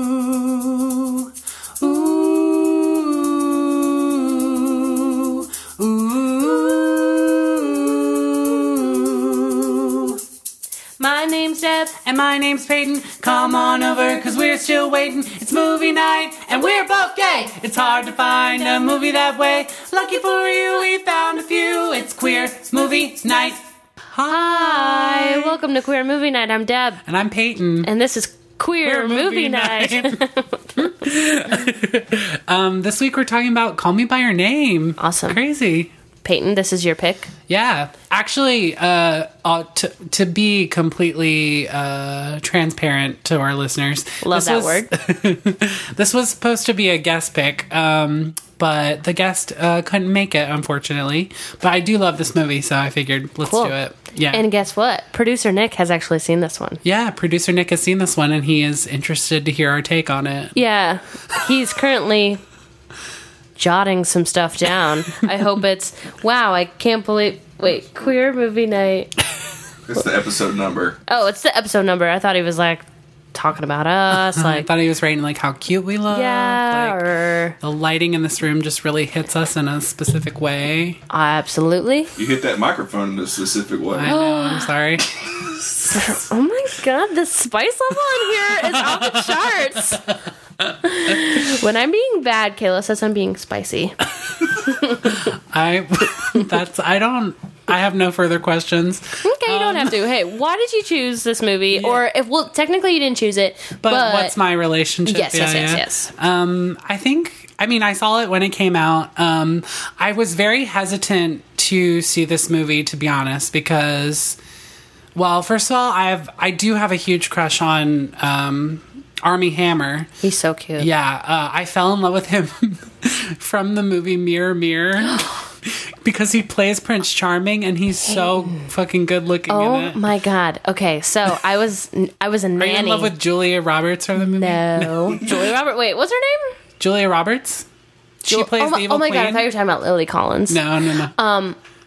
Ooh, ooh, ooh. My name's Deb. And my name's Peyton. Come on over, cause we're still waiting. It's movie night, and we're both gay. It's hard to find a movie that way. Lucky for you, we found a few. It's queer movie night. Hi. Hi, welcome to Queer Movie Night. I'm Deb, And I'm Peyton. and this is Queer Queer, Movie Movie, Night. Um, this week we're talking about Call Me By Your Name. Awesome. Crazy. Peyton, this is your pick. Yeah, actually, uh, uh, to to be completely uh, transparent to our listeners, Love that word. this was supposed to be a guest pick, um, but the guest uh, couldn't make it, unfortunately. But I do love this movie, so I figured let's Cool. do it. Yeah, And guess what? Producer Nick has actually seen this one. yeah. Producer Nick has seen this one, and he is interested to hear our take on it. Yeah, he's currently jotting some stuff down. I hope it's wow. I can't believe. Wait, Queer Movie Night. It's the episode number. Oh, it's the episode number. I thought he was like talking about us, I like thought he was writing like how cute we look. yeah, like, or the lighting in this room just really hits us in a specific way. absolutely. You hit that microphone in a specific I way. know. I'm sorry. Oh my god, the spice level in here is off the charts. when I'm being bad, Kayla says I'm being spicy. I that's I don't I have no further questions. Okay, Um, you don't have to. Hey, why did you choose this movie? Or if well, technically you didn't choose it, But, but, what's my relationship? Yes, yes, Yeah, yes, yeah. yes. Um I think I mean I saw it when it came out. Um I was very hesitant to see this movie to be honest because well, first of all, I have I do have a huge crush on um Army Hammer. He's so cute. Yeah, uh, I fell in love with him from the movie Mirror Mirror because he plays Prince Charming and he's so fucking good looking in Oh it. my god. Okay, so I was I was a Are you nanny. in love with Julia Roberts from the movie? no, Julia Robert. Wait, what's her name? Julia Roberts? She Jul- plays oh my, the evil oh my god, I queen. thought you Uh, were talking about Lily Collins. no, no, no.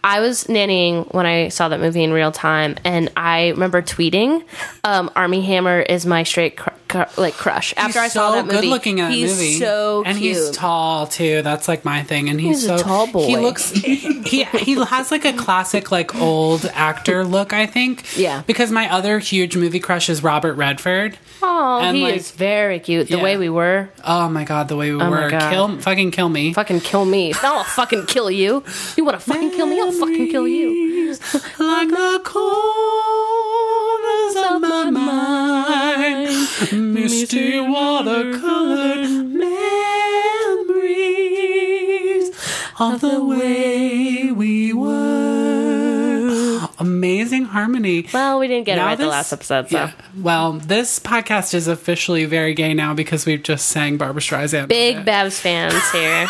I was nannying when I saw that movie in real time, and I remember tweeting, um, "Army Hammer is my straight cr- cr- like crush." After I saw so that movie, good looking in that he's movie. so and cute. he's tall too. That's like my thing. And he's, He's so a tall boy. He looks he he has like a classic like old actor look. I think. Yeah. Because my other huge movie crush is Robert Redford. Oh, and, he like- is very cute. The Yeah. way we were, Oh my god, the way we my were. God. Kill fucking kill me. fucking kill me. No, I'll fucking kill you. You want to fucking kill me? I'll fucking kill you. Memories like the corners of my mind, misty watercolored memories of the way we were. Amazing harmony. Well, we didn't get it Now right the this- last episode, so Yeah. Well, this podcast is officially very gay now because we've just sang Barbara Streisand. big on it. Babs fans here.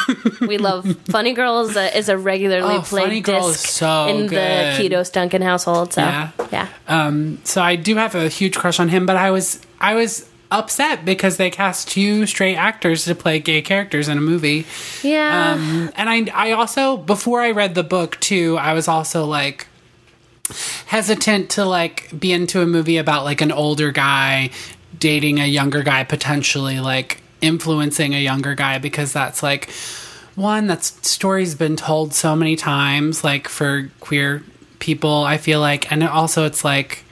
we love Funny Girl is a, is a regularly Oh, played Funny disc Girl is so in good. the Ketos Duncan household. So Yeah. yeah. Um, so I do have a huge crush on him, but I was I was upset because they cast two straight actors to play gay characters in a movie. Yeah. Um, and I I also before I read the book too, I was also like hesitant to like be into a movie about like an older guy dating a younger guy potentially like influencing a younger guy because that's like one that's story's been told so many times like for queer people i feel like and also it's like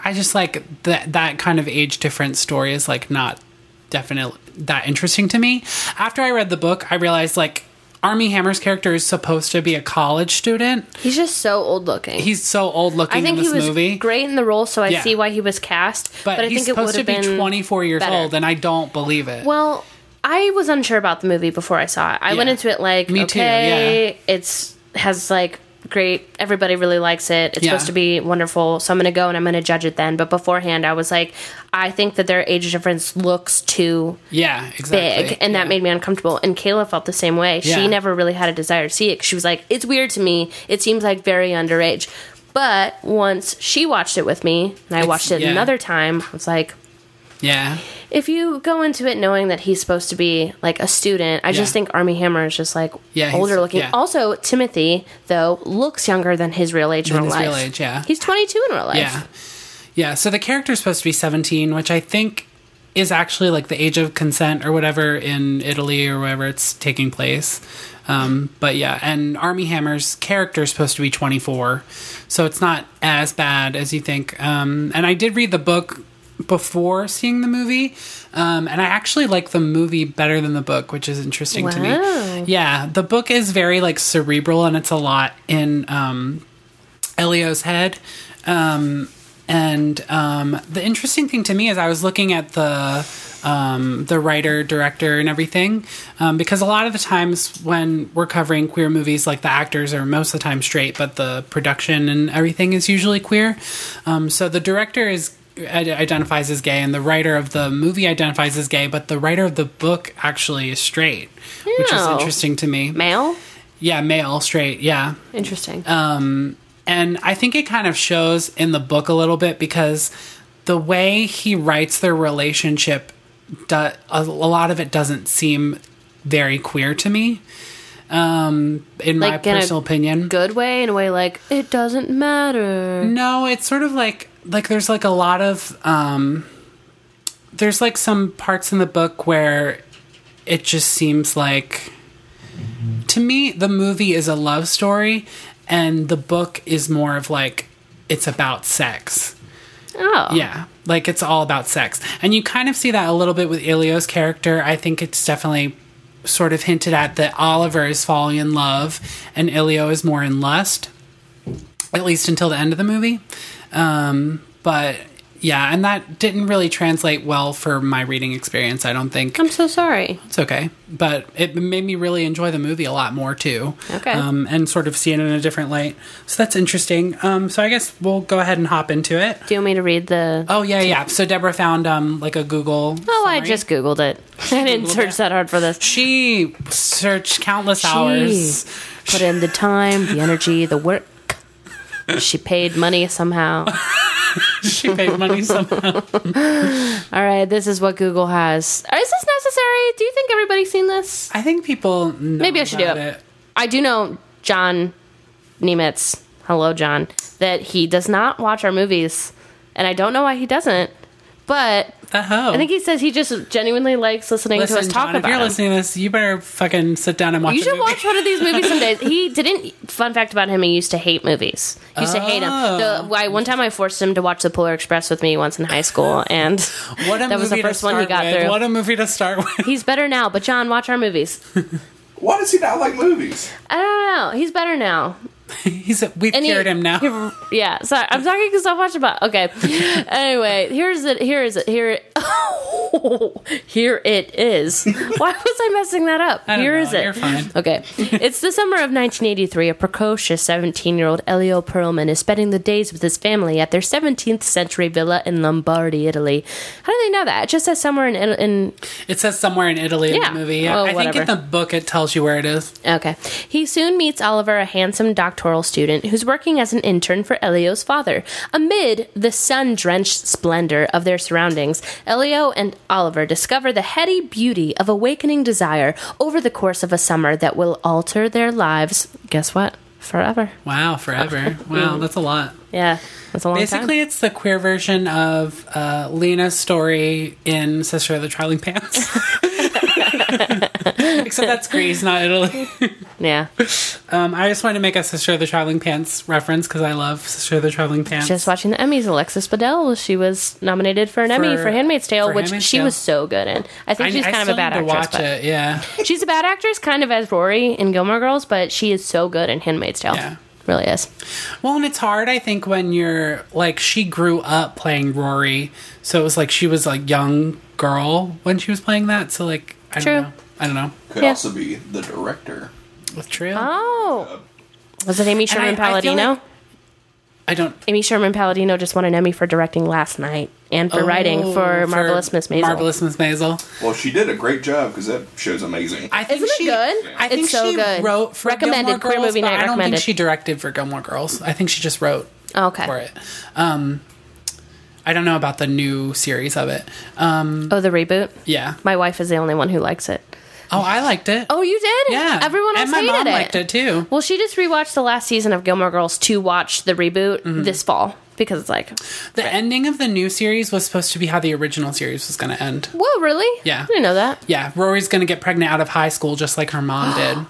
i just like that that kind of age difference story is like not definitely that interesting to me after i read the book i realized like army hammer's character is supposed to be a college student He's just so old looking. he's so old looking I think in he this was movie. great in the role, so I Yeah. see why he was cast. but, But, I he's think it would supposed to have be been 24 years better. old, and I don't believe it. Well, I was unsure about the movie before I saw it. I went Yeah. into it like, Me too, okay, it's has like great. Everybody really likes it. It's Yeah. supposed to be wonderful. So I'm gonna go and I'm gonna judge it then. But beforehand, I was like, I think that their age difference looks too yeah, exactly. big and that made me uncomfortable and kayla felt the same way Yeah. she never really had a desire to see it she was like it's weird to me it seems like very underage but once she watched it with me and i watched it yeah. another time i was like yeah, if you go into it knowing that he's supposed to be like a student i just Yeah. think army hammer is just like Yeah, he's- older looking yeah. also timothy though looks younger than his real age in Than real his life real age, yeah. he's 22 in real life yeah, Yeah, so the character's supposed to be 17, which I think is actually like the age of consent or whatever in Italy or wherever it's taking place. Um, but yeah, and Army Hammer's character is supposed to be 24, so it's not as bad as you think. Um, and I did read the book before seeing the movie, um, and I actually like the movie better than the book, which is interesting to Wow. me. Yeah, the book is very like cerebral, and it's a lot in um, Elio's head. Um, and um, the interesting thing to me is I was looking at the um, the writer, director, and everything um, because a lot of the times when we're covering queer movies, like the actors are most of the time straight, but the production and everything is usually queer. Um, so the director is ide- identifies as gay and the writer of the movie identifies as gay but the writer of the book actually is straight which is No. interesting to me Male? yeah male straight yeah Interesting. Um, and I think it kind of shows in the book a little bit because the way he writes their relationship, do- a a lot of it doesn't seem very queer to me. Um, in my Like in a personal opinion, Good way, in a way like, it doesn't matter. no, it's sort of like like there's like a lot of um, there's like some parts in the book where it just seems like to me the movie is a love story and the book is more of like it's about sex. Oh. Yeah. Like it's all about sex. And you kind of see that a little bit with Ilio's character. I think it's definitely sort of hinted at that Oliver is falling in love and Ilio is more in lust, at least until the end of the movie. Um, but yeah, and that didn't really translate well for my reading experience, I don't think. I'm so sorry. It's okay, but it made me really enjoy the movie a lot more too. Okay. um, and sort of see it in a different light. So that's interesting. Um, so I guess we'll go ahead and hop into it. Do you want me to read the. Oh yeah, yeah. So Deborah found um like a Google. Oh, I summary. just Googled it. I didn't Googled search it. that hard for this. she searched countless hours. Put in the time, the energy, the work. She paid money somehow. She paid money somehow. All right, this is what Google has. Is this necessary? Do you think everybody's seen this? I think people. Know Maybe I should do about it. I do know John Nemitz. Hello, John. That he does not watch our movies, and I don't know why he doesn't. But The hoe. I think he says he just genuinely likes listening to us Listen, talk John, if about. you're him. listening to this, you better fucking sit down and watch. You a should movie. watch one of these movies some days. He didn't. Fun fact about him: he used to hate movies. He used to hate them. Oh. The, I, one time, I forced him to watch The Polar Express with me once in high school, and What a that movie was the to first one he start got with. through. What a movie to start with. he's better now. But John, watch our movies. Why does he not like movies? I don't know. He's better now. He's we've And he- cured him now. he- yeah. So I'm talking so much about. Okay. anyway, here's it. Here is it. Here it. here it is. Why was I messing that up? don't Here know. is it. You're fine. Okay. it's the summer of 1983. A precocious 17 year old Elio Perlman is spending the days with his family at their 17th century villa in Lombardy, Italy. How do they know that? It just says somewhere in. Italy- in It says somewhere in Italy Yeah. in the movie. Yeah, Oh, I think whatever. in the book it tells you where it is. Okay. He soon meets Oliver, a handsome doctoral student who's working as an intern for Elio's father. Amid the sun drenched splendor of their surroundings, Elio and Oliver discover the heady beauty of awakening desire over the course of a summer that will alter their lives. Guess what? Forever. Wow, forever. Mm. wow, that's a lot. Yeah. That's a long Basically, time. it's the queer version of uh, Lena's story in Sister of the Traveling Pants. Except that's Greece, not Italy. Yeah. Um, I just wanted to make a Sister of the Traveling Pants reference because I love Sister of the Traveling Pants. Just watching the Emmys, Alexis Bledel, she was nominated for an Emmy For- for Handmaid's Tale, for which Handmaid's she Tale. was so good in. I think I, she's I kind of still a bad need to actress. watch but- it. Yeah, She's a bad actress, kind of as Rory in Gilmore Girls, but she is so good in Handmaid's Tale. Yeah. Really is. well, and it's hard. I think when you're like she grew up playing Rory, so it was like she was a young girl when she was playing that. So like, I True. don't know. I don't know. Could Yeah. also be the director. It's true. Oh. Was it Amy Sherman And I- I feel Palladino? like- I don't. Amy Sherman Palladino just won an Emmy for directing last night and for writing for Oh, Marvelous Miss Maisel. Marvelous Miss Maisel. Well, she did a great job because that show's amazing. I think Isn't it she, good? I think It's so she good. wrote for Recommended, Gilmore Queer Girls, Movie but Night I don't recommended. think she directed for Gilmore Girls. I think she just wrote Oh, Okay. for it. Um, I don't know about the new series of it. Um, Oh, the reboot? yeah. My wife is the only one who likes it. Oh, I liked it. Oh, you did? yeah. Everyone else and my hated mom it. liked it too. Mm-hmm. Well, she just rewatched the last season of Gilmore Girls to watch the reboot this fall. because it's like, The ending of the new series was supposed to be how the original series was going to end. whoa, really? Yeah. I didn't know that. Yeah, Rory's going to get pregnant out of high school just like her mom did.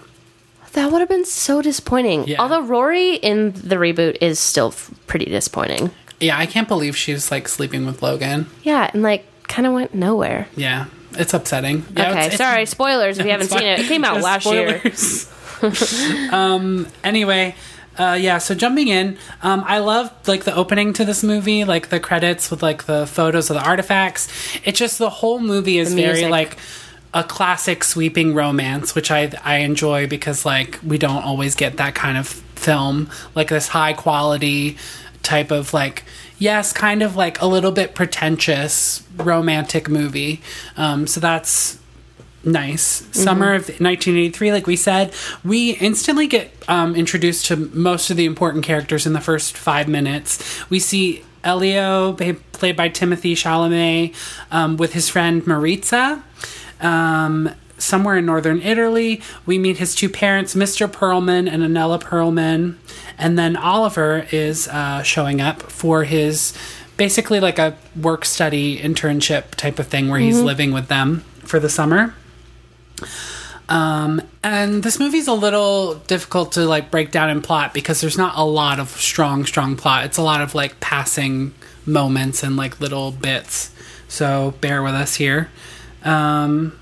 That would have been so disappointing. Yeah. Although Rory in the reboot is still f- pretty disappointing. Yeah, I can't believe she's like sleeping with Logan. Yeah, and like kind of went nowhere. Yeah, it's upsetting. Yeah, okay, it's- it's- sorry, spoilers if you haven't It's fine. seen it. It came out Just last year. spoilers. um. Anyway. Uh, yeah, so jumping in, um, I love like the opening to this movie, like the credits with like the photos of the artifacts. It's just the whole movie is The very music. like a classic sweeping romance, which I I enjoy because like we don't always get that kind of film, like this high quality type of like yes, kind of like a little bit pretentious romantic movie. Um, so that's nice summer of 1983 like we said we instantly get um, introduced to most of the important characters in the first five minutes we see elio ba- played by timothy chalamet um, with his friend maritza um, somewhere in northern italy we meet his two parents mr perlman and anella perlman and then oliver is uh, showing up for his basically like a work study internship type of thing where he's living with them for the summer um, and this movie's a little difficult to like break down in plot because there's not a lot of strong, strong plot. It's a lot of like passing moments and like little bits. So bear with us here. Um,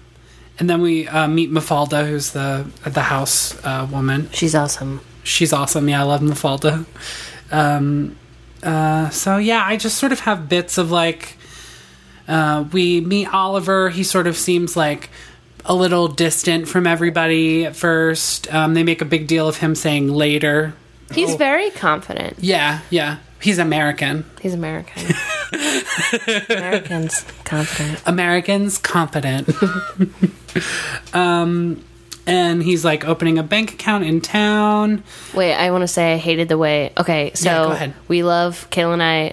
and then we uh, meet Mafalda, who's the the house uh, woman. She's awesome. She's awesome. Yeah, I love Mafalda. Um, uh, so yeah, I just sort of have bits of like uh, we meet Oliver. He sort of seems like a little distant from everybody at first. Um, they make a big deal of him saying later. He's Oh. very confident. Yeah, yeah. He's American. He's American. Americans confident. Americans confident. um, and he's like opening a bank account in town. Wait, I want to say I hated the way. Okay, so Yeah, go ahead. we love Kayla and I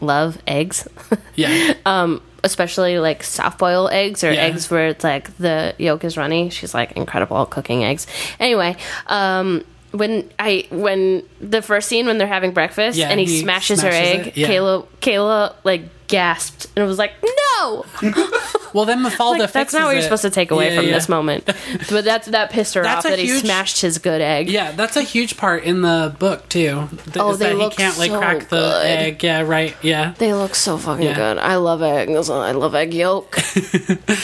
love eggs, Yeah. Um, especially like soft boil eggs or Yeah. eggs where it's like the yolk is runny. She's like incredible at cooking eggs. Anyway, um. When I when the first scene when they're having breakfast Yeah, and he, he smashes, her smashes egg, it, yeah. Kayla Kayla like gasped and was like, Oh, "No, well, then Mafalda Like, that's not what you're supposed to take away from this moment. moment. But that's that pissed her That's off a that he huge- smashed his good egg. Yeah, that's a huge part in the book too. Th- Oh, is they that look he can't like so crack the good. egg. Yeah, right. Yeah. They look so fucking Yeah. good. I love eggs. I love egg yolk.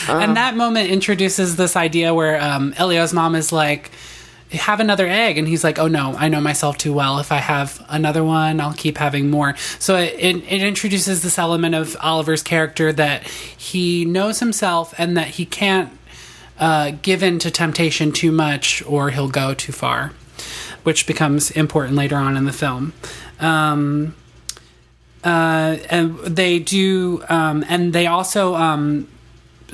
and that moment introduces this idea where um, Elio's mom is like, "Have another egg," and he's like, "Oh no, I know myself too well. If I have another one, I'll keep having more." So it, it, it introduces this element of Oliver's character that he knows himself and that he can't uh, give in to temptation too much or he'll go too far, which becomes important later on in the film. Um, uh, and they do, um, and they also um,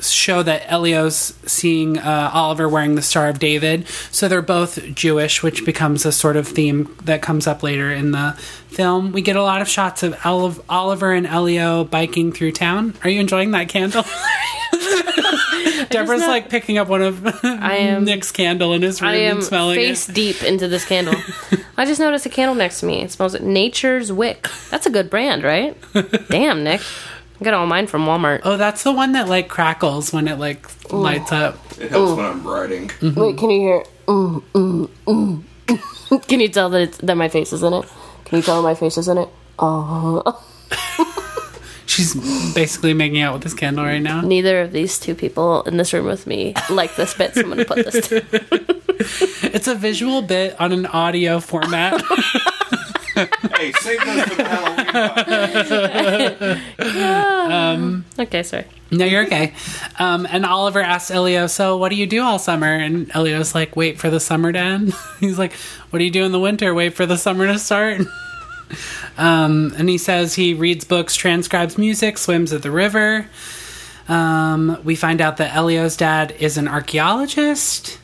show that Elio's seeing uh, Oliver wearing the Star of David. So they're both Jewish, which becomes a sort of theme that comes up later in the film. We get a lot of shots of Olive- Oliver and Elio biking through town. Are you enjoying that candle? Deborah's not- like picking up one of I am- Nick's candle in his room I am and smelling face it. deep into this candle. I just noticed a candle next to me. It smells like Nature's Wick. That's a good brand, right? Damn, Nick. I got all mine from Walmart. Oh, that's the one that like crackles when it like lights up. It helps when I'm writing. Wait, can you hear? Mm, mm, mm. can you tell that it's, that my face is in it? Can you tell my face is in it? Oh. She's basically making out with this candle right now. Neither of these two people in this room with me like this bit, so I'm gonna put this. to- It's a visual bit on an audio format. hey, save those for the Halloween. pod. okay, sorry. No, you're okay. Um, and Oliver asks Elio, "So, what do you do all summer?" And Elio's like, "Wait for the summer to end." He's like, "What do you do in the winter? Wait for the summer to start." um, and he says he reads books, transcribes music, swims at the river. Um, we find out that Elio's dad is an archaeologist.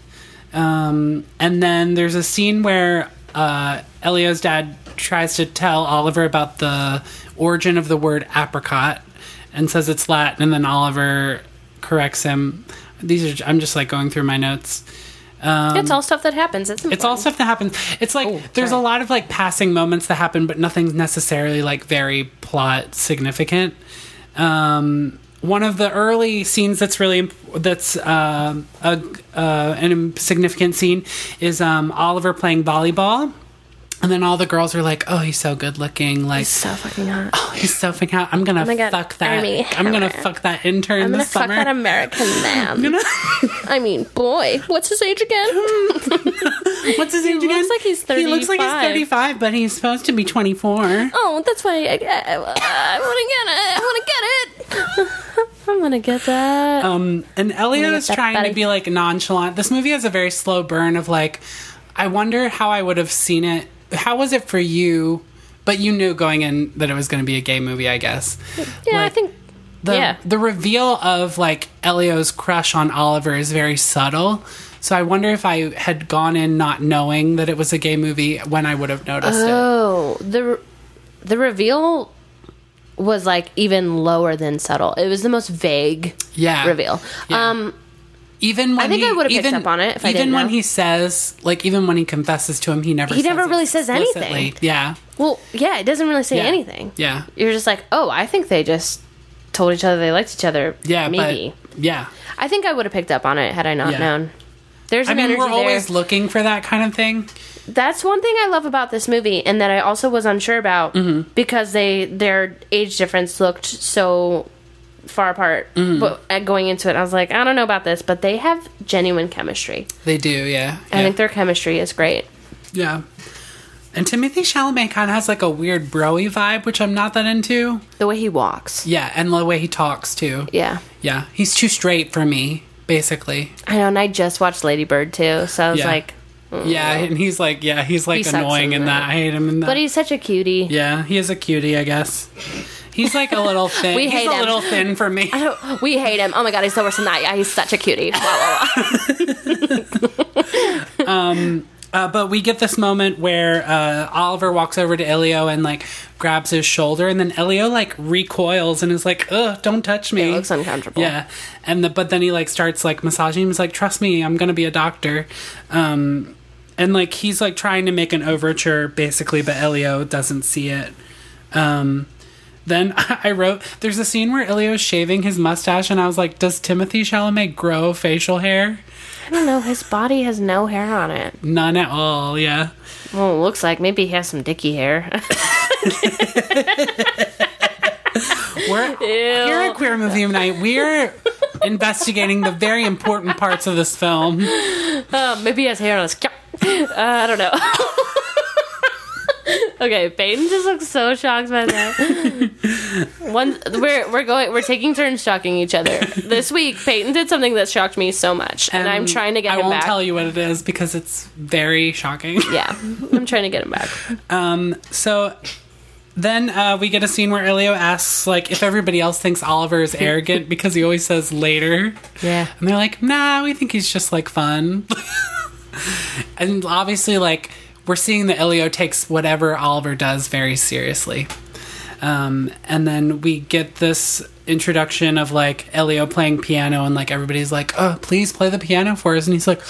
Um, and then there's a scene where uh, Elio's dad tries to tell Oliver about the origin of the word apricot and says it's Latin, and then Oliver corrects him. These are I'm just like going through my notes. it's all stuff that happens. It's, Um, It's all stuff that happens. It's like there's Oh, sorry. a lot of like passing moments that happen, but nothing's necessarily like very plot significant. Um, one of the early scenes that's really imp- that's um a uh, an im- significant scene is um, Oliver playing volleyball, and then all the girls are like, "Oh, he's so good looking!" Like. so fucking hot. He's so fucking hot. I'm gonna my God, fuck that. Army I'm gonna Hammer. fuck that intern I'm gonna this fuck summer. that um, American man. I mean, boy, what's his age again? What's his age again? looks like he's He looks like he's 35. 35, but he's supposed to be 24. Oh, that's why I, I, I, want to get it. I want to get it. I'm gonna get that. Um, and Elliot get is that trying buddy. to be like nonchalant. This movie has a very slow burn of like, I wonder how I would have seen it. How was it for you? But you knew going in that it was going to be a gay movie, I guess. yeah, I like, think. The, yeah, the reveal of like Elio's crush on Oliver is very subtle. So I wonder if I had gone in not knowing that it was a gay movie when I would have noticed it. Oh, the re- the reveal was like even lower than subtle. It was the most vague Yeah. reveal. Um, Even when I think he- I would've picked even- up on it if I even didn't when know. he says, like, even when he confesses to him, he never He says never really it says anything. explicitly. Yeah, well, yeah, it doesn't really say Yeah. anything. yeah. You're just like, oh, I think they just told each other they liked each other. Yeah, maybe. but yeah. I think I would have picked up on it had I not Yeah. known. There's I an mean, energy we're always there. looking for that kind of thing. That's one thing I love about this movie, and that I also was unsure about Mm-hmm. because they their age difference looked so far apart. Mm-hmm. But at going into it, I was like, I don't know about this, but they have genuine chemistry. They do, yeah. I yeah. think their chemistry is great. yeah. And Timothy Chalamet kind of has like a weird broy vibe, which I'm not that into. The way he walks, Yeah, and the way he talks too. yeah, Yeah, he's too straight for me, basically. I know. And I just watched Lady Bird too, so I was Yeah. like, Yeah, and he's like, yeah, he's like Mm. He sucks annoying in in that. that. I hate him in that. but he's such a cutie. yeah, he is a cutie, I guess. He's like a little thin. We he's hate a him. little thin for me. We hate him. Oh my god, he's the worst than that. Yeah, he's such a cutie. Blah, blah, blah. Uh, but we get this moment where uh, Oliver walks over to Elio and like grabs his shoulder, and then Elio like recoils and is like, "Ugh, don't touch me." It looks uncomfortable. Yeah, and the, but then he like starts like massaging him. He's like, "Trust me, I'm gonna be a doctor," um, and like he's like trying to make an overture basically, but Elio doesn't see it. Um, then I wrote, "There's a scene where Elio's shaving his mustache," and I was like, "Does Timothy Chalamet grow facial hair?" I don't know. His body has no hair on it. None at all. Yeah. Well, it looks like maybe he has some dicky hair. We're here at Queer Movie Night. We're investigating the very important parts of this film. Uh, maybe he has hair on his. cap. Uh, I don't know. okay, Peyton just looks so shocked by that. One, we're we're going we're taking turns shocking each other. This week, Peyton did something that shocked me so much, and, I'm trying to get Um, I him won't back. tell you what it is because it's very shocking. Yeah, I'm trying to get him back. So then uh, we get a scene where Elio asks, like, if everybody else thinks Oliver is arrogant because he always says later. Yeah. And they're like, nah, we think he's just like fun. and obviously, like, we're seeing that Elio takes whatever Oliver does very seriously. Um, and then we get this introduction of like Elio playing piano, and like everybody's like, oh, please play the piano for us. And he's like,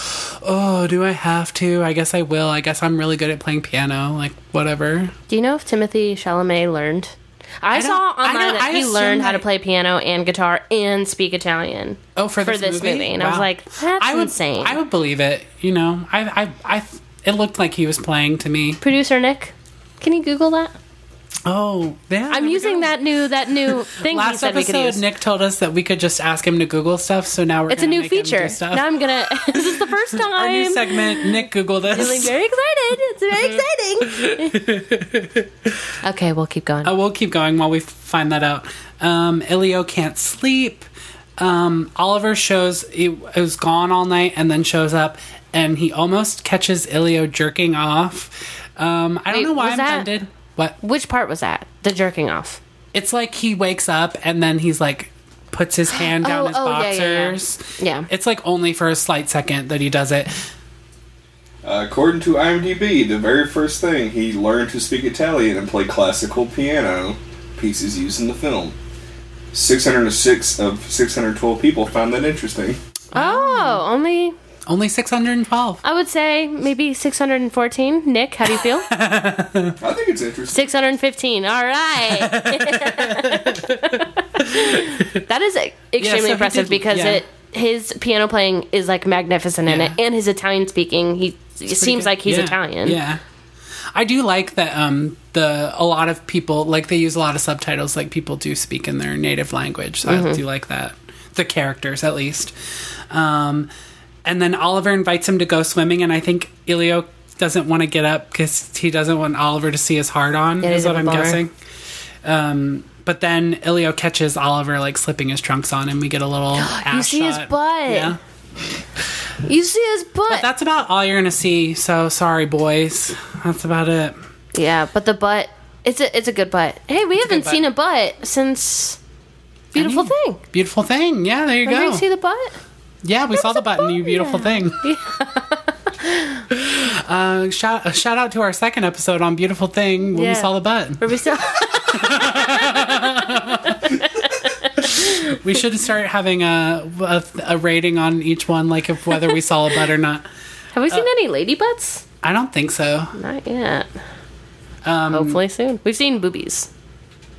oh, do I have to? I guess I will. I guess I'm really good at playing piano. Like, whatever. Do you know if Timothy Chalamet learned? I, don't- saw I online don't- that I he assume learned how to that- play piano and guitar and speak Italian. Oh, for, For this, this movie? movie. And I was like, that's I would, insane. I would believe it. You know, I, I, I, it looked like he was playing to me. Producer Nick, can you Google that? Oh, yeah. I'm using that new that new thing he Last said we could episode, use. Nick told us that we could just ask him to Google stuff. So now we're It's a gonna new make him do feature. stuff. Now I'm gonna. this is the first time. Our new segment, Nick Google this. Feeling very excited. It's very exciting. okay, we'll keep going. Uh, we'll keep going while we find that out. Um, Ilio can't sleep. Um, Oliver shows he was gone all night and then shows up, and he almost catches Ilio jerking off. Um, I don't Wait, know why was I'm that- offended. What? Which part was that? The jerking off. It's like he wakes up and then he's like puts his hand down Oh, his oh, yeah, yeah, yeah. boxers. Yeah. It's like only for a slight second that he does it. Uh, according to IMDb, the very first thing he learned to speak Italian and play classical piano pieces used in the film. 606 of 612 people found that interesting. Oh, only Only 612. I would say maybe 614. Nick, how do you feel? I think it's interesting. 615. All right. that is extremely so he impressive did- because yeah. it his piano playing is like magnificent in it Yeah. and his Italian speaking, he it pretty seems good. like he's Yeah. Italian. Yeah. I do like that um the a lot of people like they use a lot of subtitles like people do speak in their native language. So Mm-hmm. I do like that. The characters at least. Um and then Oliver invites him to go swimming and I think Ilio doesn't want to get up cuz he doesn't want Oliver to see his heart on Yeah, is he's a what I'm bummer. guessing. Um but then Ilio catches Oliver like slipping his trunks on and we get a little ass see his shot. butt. Yeah. You see his butt. That's about all you're gonna see. So sorry, boys. That's about it. yeah, but the butt it's a it's a good butt. Hey, we haven't butt. seen a butt since I Beautiful mean, Thing. Beautiful thing. Yeah, there you Remember you go. see the butt? yeah, we saw the button. You beautiful thing. uh, shout uh, shout out to our second episode on beautiful thing when we Yeah. saw the button. Where we saw We should start having a, a a rating on each one, like of whether we saw a butt or not. Have we seen Uh, any lady butts? I don't think so Not yet. um, Hopefully soon. We've seen boobies.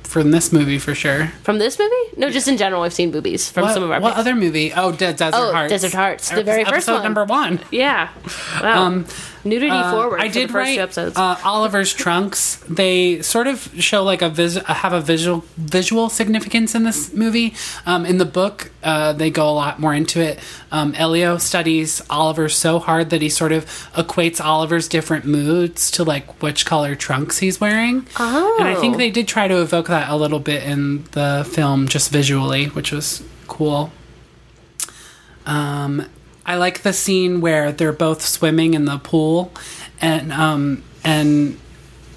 from this movie for sure. From this movie? No, just in general, we've seen boobies from What, some of our. what other movie? Oh, De- Desert Oh, Hearts. Desert Hearts, the Ep- very first episode one. number one. yeah. Wow. Nudity Uh, forward. I for did the first write two episodes. Uh, Oliver's trunks. They sort of show like a vis- have a visual visual significance in this movie. Um, in the book, uh, they go a lot more into it. Um, Elio studies Oliver so hard that he sort of equates Oliver's different moods to like which color trunks he's wearing. Oh. and I think they did try to evoke that a little bit in the film, just visually, which was cool. Um, I like the scene where they're both swimming in the pool, and um, and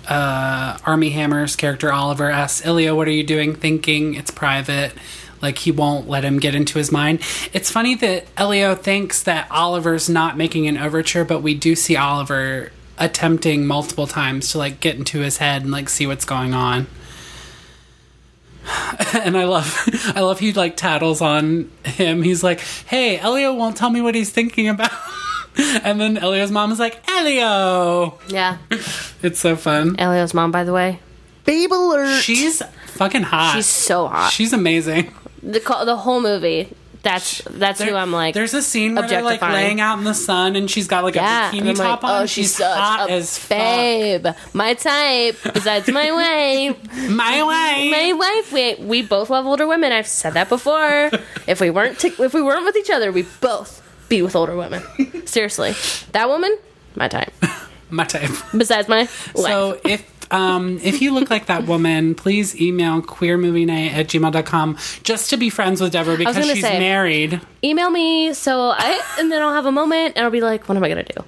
uh, Army Hammer's character Oliver asks Ilio, "What are you doing? Thinking it's private." Like he won't let him get into his mind. It's funny that Elio thinks that Oliver's not making an overture, but we do see Oliver attempting multiple times to like get into his head and like see what's going on and I love I love he like tattles on him. He's like, "Hey, Elio won't tell me what he's thinking about." and then Elio's mom is like, "Elio." yeah. It's so fun. Elio's mom, by the way. Babe alert. She's fucking hot. She's so hot. She's amazing. the co- the whole movie. That's that's who I'm like. There's a scene where they're like objectifying. laying out in the sun, and she's got like yeah, a and bikini I'm top like, on. oh, she's, she's such hot a as fuck. babe. My type, besides my wife. My way. my wife we, we both love older women i've said that before if we weren't t- if we weren't with each other we both be with older women seriously that woman my time My type. besides my wife. So if um, if you look like that woman, please email queermovienight at gmail.com just to be friends with Deborah because gonna she's say- married. email me so i and then i'll have a moment and i'll be like what am i gonna do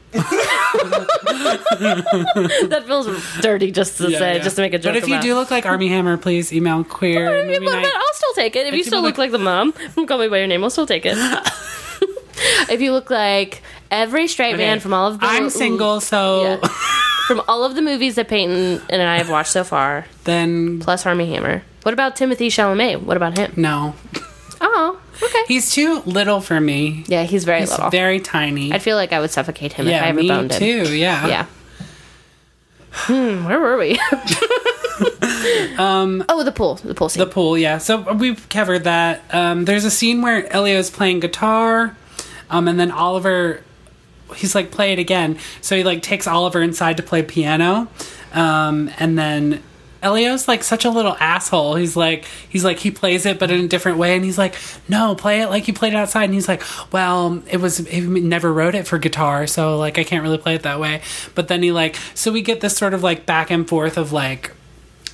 that feels dirty just to say just to make a joke But if about. you do look like Army Hammer, please email queer If you movie look night. that, I'll still take it. If you you still look look like the mom from Call Me by Your Name, I'll still take it. if you look like every straight man from all of the I'm ooh, single, so Yeah. from all of the movies that Peyton and I have watched so far, then plus Army Hammer. What about Timothy Chalamet? What about him? no. Oh, okay. He's too little for me. yeah, he's very He's little. very tiny. I'd feel like I would suffocate him if I yeah, ever me boned him. too. Yeah. Yeah. Hmm, where were we? um, oh, the pool. The pool scene. The pool, yeah. So uh, we've covered that. Um, there's a scene where Elio's playing guitar, um, and then Oliver, he's like, play it again. So he like takes Oliver inside to play piano, um, and then Elio's like such a little asshole. He's like, he's like, he plays it but in a different way, and he's like, no, play it like you played it outside. And he's like, well, it was he never wrote it for guitar, so like I can't really play it that way. But then he like, so we get this sort of like back and forth of like.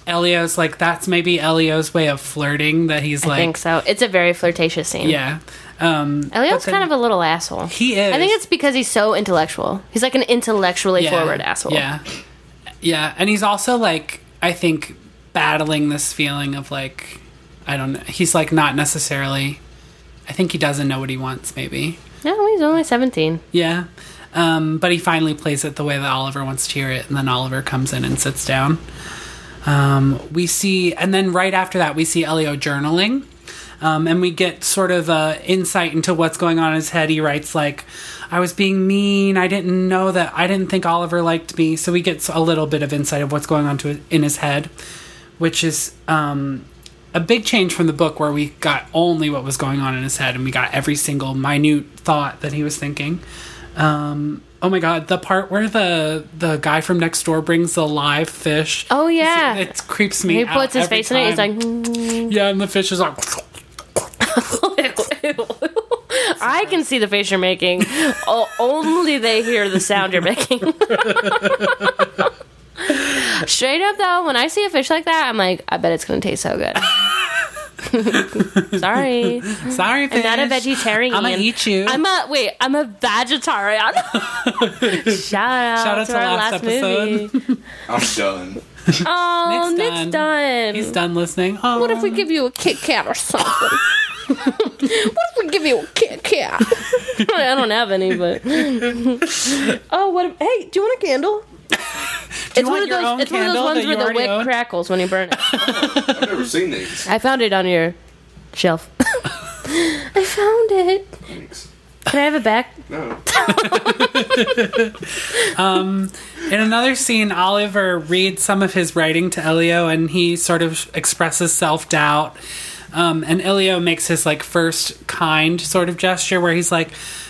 Elio's like that's maybe Elio's way of flirting that he's I like think so. It's a very flirtatious scene. yeah um Elliot's but then- kind of a little asshole. He is. I think it's because he's so intellectual. He's like an intellectually yeah, forward asshole. yeah yeah and he's also like I think battling this feeling of like I don't know he's like not necessarily I think he doesn't know what he wants maybe No, he's only 17. yeah um but he finally plays it the way that Oliver wants to hear it and then Oliver comes in and sits down um we see and then right after that we see Elio journaling Um, and we get sort of uh, insight into what's going on in his head. He writes like, "I was being mean. I didn't know that. I didn't think Oliver liked me." So we get a little bit of insight of what's going on to in his head, which is um, a big change from the book where we got only what was going on in his head and we got every single minute thought that he was thinking. Um, oh my god, the part where the the guy from next door brings the live fish. Oh, yeah. it, creeps me. He out puts his every face in it. He's time. like, hmm. yeah, and the fish is like. I can see the face you're making. O- only they hear the sound you're making. Straight up, though, when I see a fish like that, I'm like, I bet it's going to taste so good. Sorry, Sorry, fish. not a vegetarian. I'ma eat you. I'm a wait. I'm a vegetarian. Shout out, Shout out to our last last, movie. I'm done. Oh, Nick's Nick's done. done. He's done listening. Oh, What if we give you a Kit Kat or something? what if we give you a Kit Kat? I don't have any, but oh, what? if- hey, do you want a candle? it's want one of your those. own It's one of those candle ones that where you the already wick own? crackles when you burn it. I've never seen these. I found it on your shelf. I found it. Thanks. Can I have it back? No. In another scene, Oliver reads some of his writing to Elio, and he sort of expresses self doubt. Um, and Elio makes his like first kind sort of gesture, where he's like,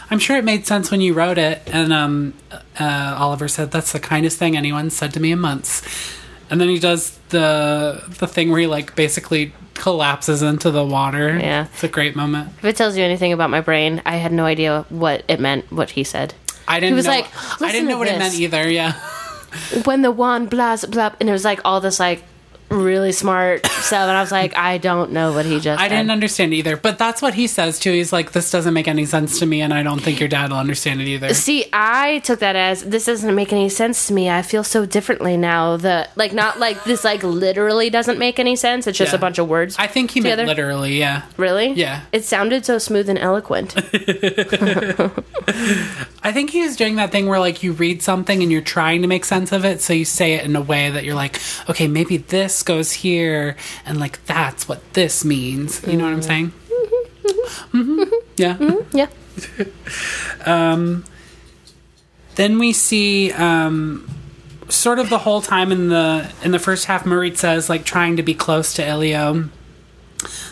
"I'm sure it made sense when you wrote it." And um, uh, Oliver said, "That's the kindest thing anyone said to me in months." And then he does the the thing where he like basically collapses into the water. Yeah. it's a great moment. If it tells you anything about my brain, I had no idea what it meant. What he said. I didn't. was know, like, I "Listen didn't know to what this." it meant either. Yeah. when the wand blast blah, and it was like all this like really smart stuff, and I was like, I don't know what he just. I said. didn't understand either, but that's what he says too. He's like, "This doesn't make any sense to me, and I don't think your dad will understand it either." See, I took that as this doesn't make any sense to me. I feel so differently now. The like, not like this, like literally doesn't make any sense. It's just Yeah. a bunch of words. I think he Together? meant literally, yeah. really, Yeah. It sounded so smooth and eloquent. I think he was doing that thing where like you read something and you're trying to make sense of it, so you say it in a way that you're like, "Okay, maybe this goes here," and like that's what this means. You know what I'm saying? Mm-hmm. Yeah. yeah, then we see um, sort of the whole time in the in the first half maritza is like trying to be close to elio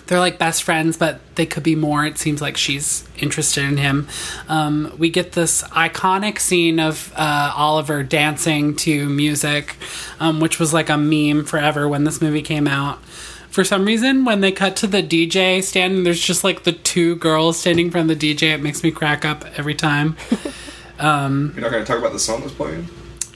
they're like best friends but they could be more it seems like she's interested in him um, we get this iconic scene of uh, oliver dancing to music um, which was like a meme forever when this movie came out for some reason when they cut to the dj stand and there's just like the two girls standing in front of the dj it makes me crack up every time You're not going to talk about the song that's playing?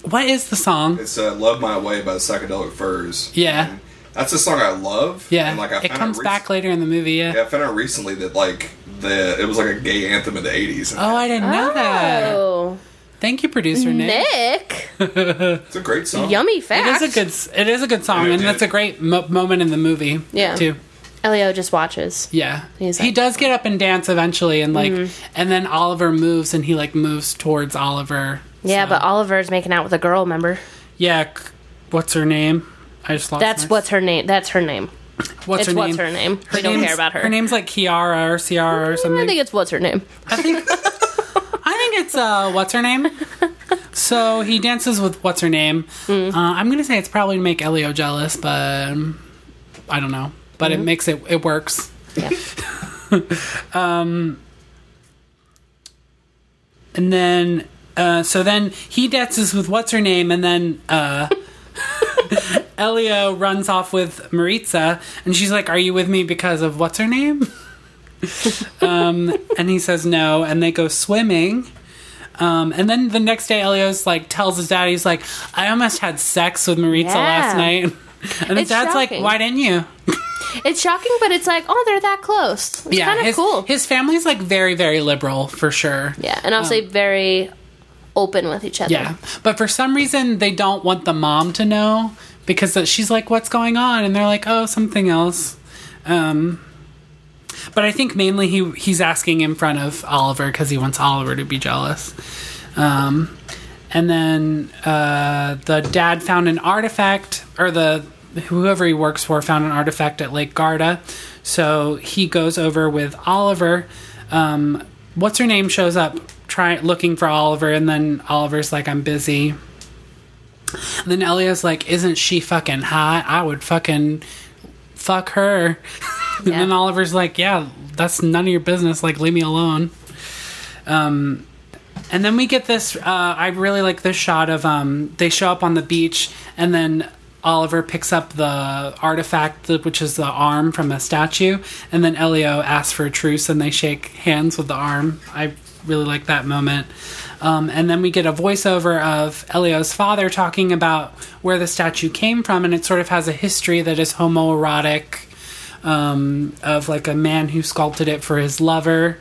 what is the song It's uh, Love My Way by the Psychedelic Furs. Yeah. And that's a song I love. Yeah, And, like, I it found comes rec- back later in the movie. Yeah. Yeah, I found out recently that, like, the it was like a gay anthem of the 80s. and Oh, I didn't know that. Oh, Thank you, producer Nick. Nick, It's a great song. yummy It fact. is a good. s- It is a good song, Yeah, and it that's did. a great mo- moment in the movie. Yeah. Too. Elio just watches. Yeah. He's he like- Mm-hmm. does get up and dance eventually, and like, and then Oliver moves, and he like moves towards Oliver. Yeah, but Oliver's making out with a girl. Remember? Yeah. c- What's her name? I just lost. That's my- what's her name. That's her name. What's it's what's her name. we don't name's- care about her. Her name's like Kiara or Ciara or something. I think it's what's her name. I think I think it's uh, what's her name. So he dances with what's her name. Uh, I'm gonna say it's probably to make Elio jealous, but um, I don't know. But it makes it it works. Yeah. And then uh, so then he dances with what's her name, and then uh, Elio runs off with Maritza, and she's like, "Are you with me because of what's her name?" um, and he says no, and they go swimming. Um, and then the next day, Elio's like tells his dad, he's like, "I almost had sex with Maritza Yeah. last night," and his It's dad's shocking. like, "Why didn't you?" It's shocking, but it's like, oh, they're that close. It's kind of his, cool. His family's like very, very liberal for sure. yeah, and obviously very open with each other. Um, Yeah, but for some reason they don't want the mom to know because that- she's like, "What's going on?" and they're like, "Oh, something else." Um, but I think mainly he he's asking in front of Oliver because he wants Oliver to be jealous. Um, and then uh, the dad found an artifact, or the whoever he works for found an artifact at Lake Garda. So he goes over with Oliver. Um, what's her name shows up trying looking for Oliver, and then Oliver's like, "I'm busy." And then Elia's like, "Isn't she fucking hot? I would fucking fuck her." and Yeah. then Oliver's like, "Yeah, that's none of your business. Like, leave me alone." Um, And then we get this. Uh, I really like this shot of um, they show up on the beach, and then Oliver picks up the artifact, th- which is the arm from a statue, and then Elio asks for a truce, and they shake hands with the arm. I really like that moment. Um, and then we get a voiceover of Elio's father talking about where the statue came from, and it sort of has a history that is homoerotic, um, of like a man who sculpted it for his lover.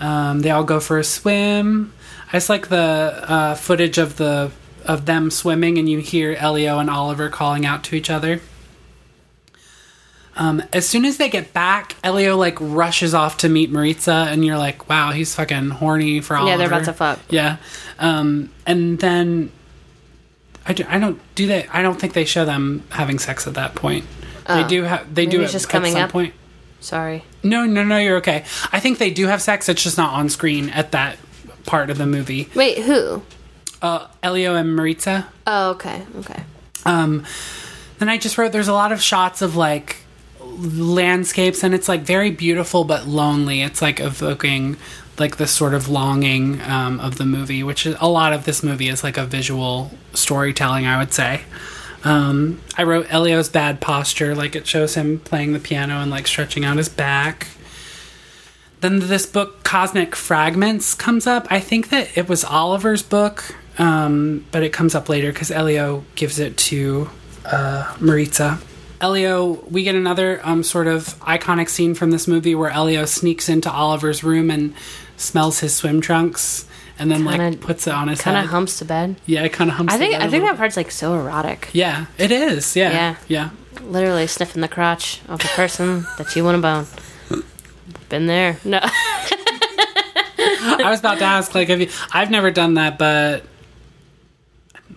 Um, they all go for a swim. I just like the uh, footage of the of them swimming, and you hear Elio and Oliver calling out to each other. Um, as soon as they get back, Elio like rushes off to meet Maritza, and you're like, "Wow, he's fucking horny for Oliver." Yeah, they're about to fuck. Yeah, um, and then I, do, I don't do they. I don't think they show them having sex at that point. they do have. They do Oh, it maybe it's just at coming some up. point. Sorry. No, no, no, you're okay. I think they do have sex. It's just not on screen at that part of the movie. Wait, who? Uh, Elio and Maritza. Oh, okay, okay. Um, then I just wrote there's a lot of shots of like landscapes, and it's like very beautiful but lonely. It's like evoking like this sort of longing um, of the movie, which is, a lot of this movie is like a visual storytelling, I would say. Um, I wrote Elio's bad posture, like it shows him playing the piano and like stretching out his back. Then this book, Cosmic Fragments, comes up. I think that it was Oliver's book, um, but it comes up later because Elio gives it to uh, Maritza. Elio, we get another um, sort of iconic scene from this movie where Elio sneaks into Oliver's room and smells his swim trunks, and then like Kinda- puts it on his Kind head. of humps to bed. yeah, kind of humps. I think the bed a I think little that part's like so erotic. yeah, it is. Yeah. Yeah. Yeah. Literally sniffing the crotch of the person that you want to bone. Been there. No. I was about to ask, like, have you, I've never done that, but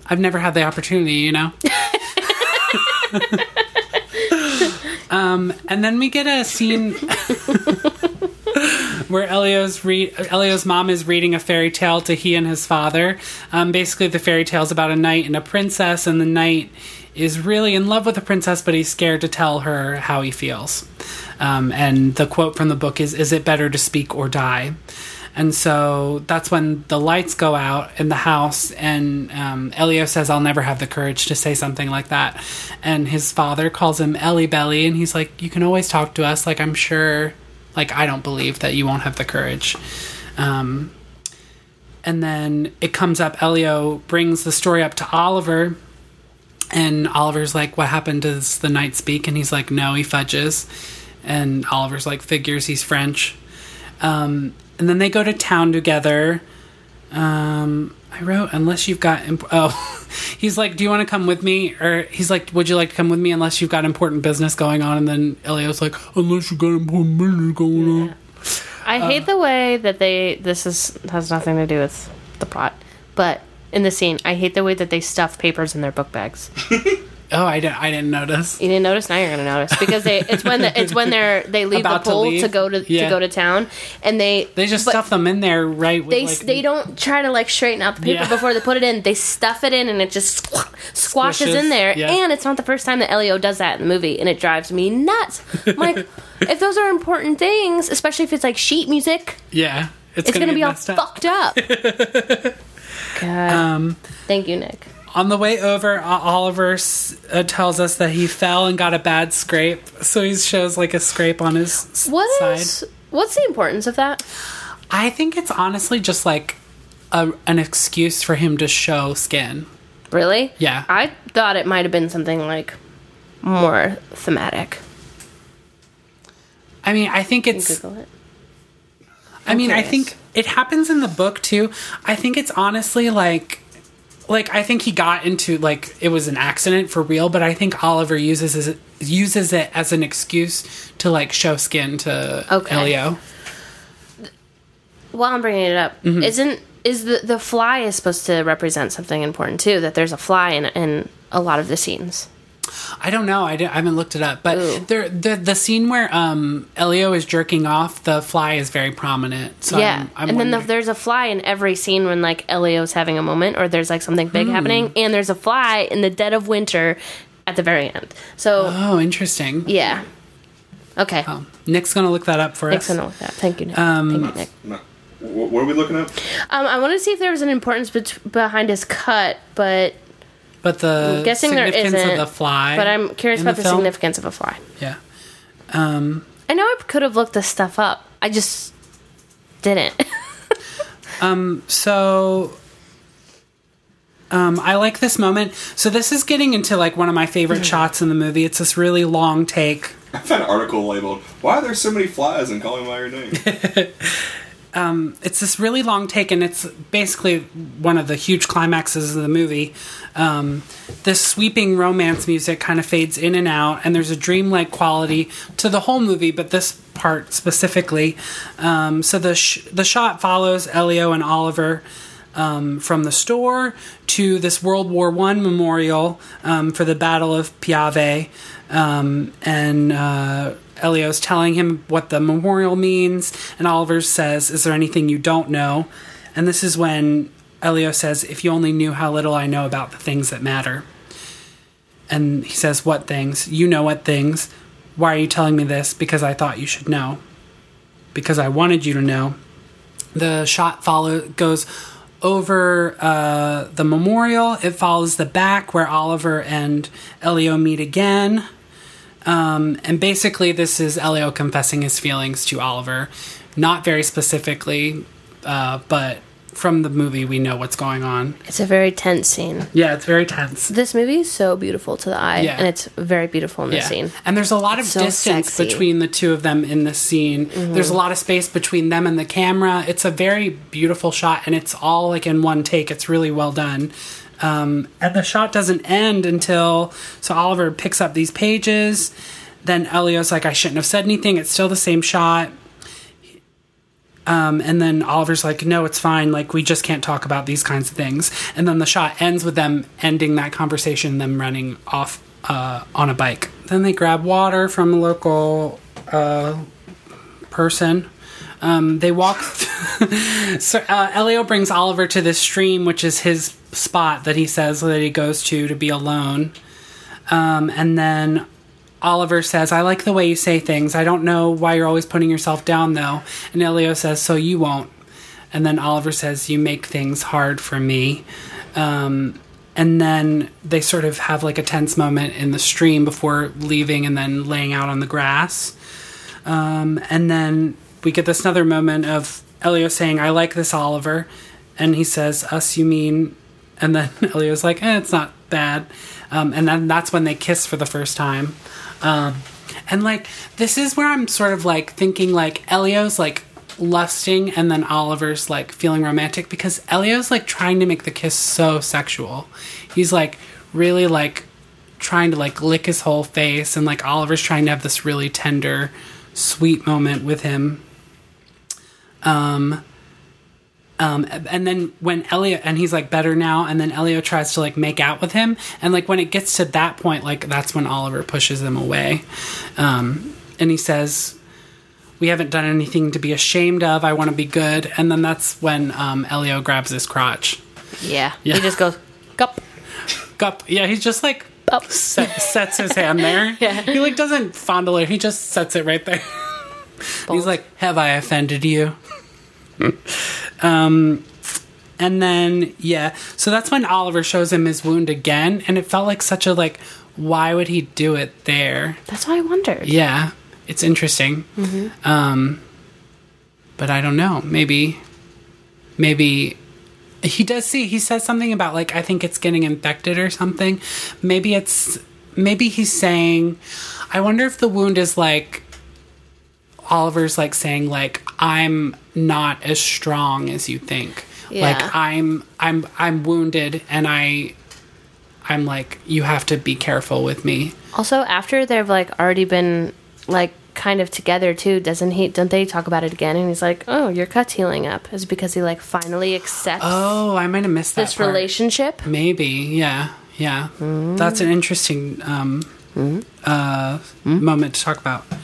I've never had the opportunity, you know? um, and then we get a scene where Elio's, re- Elio's mom is reading a fairy tale to he and his father. Um, basically, the fairy tale is about a knight and a princess, and the knight is really in love with the princess, but he's scared to tell her how he feels. Um, and the quote from the book is Is it better to speak or die? And so that's when the lights go out in the house, and um, Elio says, I'll never have the courage to say something like that. And his father calls him Ellie Belly, and he's like, You can always talk to us. Like, I'm sure, like, I don't believe that you won't have the courage. Um, and then it comes up, Elio brings the story up to Oliver, and Oliver's like, What happened? Does the knight speak? And he's like, No, he fudges. And Oliver's like, Figures, he's French. Um, and then they go to town together. Um, I wrote, unless you've got, imp- oh, he's like, do you want to come with me? Or he's like, would you like to come with me unless you've got important business going on? And then Elio's like, unless you got important business going on. I Uh. hate the way that they this is has nothing to do with the plot. But in the scene, I hate the way that they stuff papers in their book bags. Oh, I didn't, I didn't notice. You didn't notice? Now you're gonna notice because they it's when the, it's when they're they leave About to the pool to, leave? go to Yeah. to go to town and they They just but stuff them in there, right? With They, like, they don't try to like straighten out the paper Yeah. before they put it in. They stuff it in and it just squ- squashes Squishes, in there. yeah. And it's not the first time that Elio does that in the movie, and it drives me nuts. I'm like, if those are important things, especially if it's like sheet music, yeah, it's, gonna, be, all messed up. Um, fucked up. God. Thank you, Nick. On the way over, O- Oliver s- uh, tells us that he fell and got a bad scrape. So he shows like a scrape on his s- What side. is what's the importance of that? I think it's honestly just like a, an excuse for him to show skin. Really? Yeah. I thought it might have been something like more thematic. I mean, I think it's. Google it. I mean, I curious. think it happens in the book too. I think it's honestly like. Like I think he got into like it was an accident for real, but I think Oliver uses it, uses it as an excuse to like show skin to Okay. Elio. While I'm bringing it up, Mm-hmm. isn't is the the fly is supposed to represent something important too? That there's a fly in in a lot of the scenes. I don't know. I, di- I haven't looked it up, Ooh. but there, the the scene where um Elio is jerking off, the fly is very prominent. So yeah, I'm, I'm and then the, wondering- there's a fly in every scene when like Elio's having a moment, or there's like something Hmm. big happening, and there's a fly in the dead of winter at the very end. So oh, interesting. yeah, okay, Oh, Nick's gonna look that up for Nick's us. gonna look that. Thank you, Nick. Um, Thank you, Nick. No. Wh- What are we looking at? Um, I want to see if there was an importance bet- behind his cut, but but the guessing there significance isn't, of the fly. but I'm curious in about the, film? significance of a fly. Yeah. I know I could have looked this stuff up. I just didn't. So um, I like this moment. So this is getting into like one of my favorite shots in the movie. It's this really long take. I found an article labeled "Why are there so many flies and calling by your name?" It's this really long take, and it's basically one of the huge climaxes of the movie. Um, this sweeping romance music kind of fades in and out, and there's a dreamlike quality to the whole movie, but this part specifically. Um, so the sh- the shot follows Elio and Oliver um, from the store to this World War One memorial um, for the Battle of Piave, um, and uh, Elio's telling him what the memorial means, and Oliver says, "Is there anything you don't know?" And this is when Elio says, "If you only knew how little I know about the things that matter." And he says, "What things? You know what things? Why are you telling me this? Because I thought you should know. Because I wanted you to know." the shot follow goes over uh, the memorial. It follows the back where Oliver and Elio meet again. Um, and basically, this is Elio confessing his feelings to Oliver, not very specifically, uh, but from the movie we know what's going on. it's a very tense scene. Yeah, it's very tense. This movie is so beautiful to the eye, Yeah. and it's very beautiful in this Yeah. scene. And there's a lot of so distance sexy. Mm-hmm. between the two of them in this scene. There's a lot of space between them and the camera. It's a very beautiful shot, and it's all like in one take. It's really well done. Um, and the shot doesn't end until so Oliver picks up these pages. Then Elio's like, I shouldn't have said anything. It's still the same shot. Um, and then Oliver's like, no, it's fine. Like, we just can't talk about these kinds of things. And then the shot ends with them ending that conversation, them running off uh, on a bike. Then they grab water from a local uh, person. Um, they walk. Th- so uh, Elio brings Oliver to this stream, which is his spot that he says that he goes to to be alone. Um, and then Oliver says, I like the way you say things. I don't know why you're always putting yourself down, though. And Elio says, So you won't. And then Oliver says, You make things hard for me. Um, and then they sort of have like a tense moment in the stream before leaving and then laying out on the grass. Um, and then we get this another moment of Elio saying, I like this Oliver. And he says, Us, you mean? And then Elio's like, eh, It's not bad. Um, and then that's when they kiss for the first time. Um, and like this is where I'm sort of like thinking like Elio's like lusting and then Oliver's like feeling romantic because Elio's like trying to make the kiss so sexual. He's like really like trying to like lick his whole face and like Oliver's trying to have this really tender sweet moment with him. Um, and then when Elio and he's like better now, and then Elio tries to like make out with him, and like when it gets to that point, like that's when Oliver pushes him away, um, and he says, "We haven't done anything to be ashamed of. I want to be good." And then that's when um, Elio grabs his crotch. Yeah. Yeah. He just goes, cup. Gup, yeah, he's just like Up. set, sets his hand there. Yeah. He like doesn't fondle it; he just sets it right there. He's like, "Have I offended you?" um, and then yeah, so that's when Oliver shows him his wound again, and it felt like such a like, why would he do it there? That's why I wondered. Yeah, it's interesting. Um, but I don't know. Maybe, maybe he does see. He says something about like I think it's getting infected or something. Maybe it's maybe he's saying. I wonder if the wound is like Oliver's like saying like I'm not as strong as you think. Yeah. Like I'm I'm I'm wounded and I I'm like you have to be careful with me. Also, after they've like already been like kind of together too, doesn't he? Don't they talk about it again? And he's like, "Oh, your cut's healing up," is because he like finally accepts Oh, I might have missed that this part. relationship. Maybe, yeah, Yeah, that's an interesting um, uh, moment to talk about.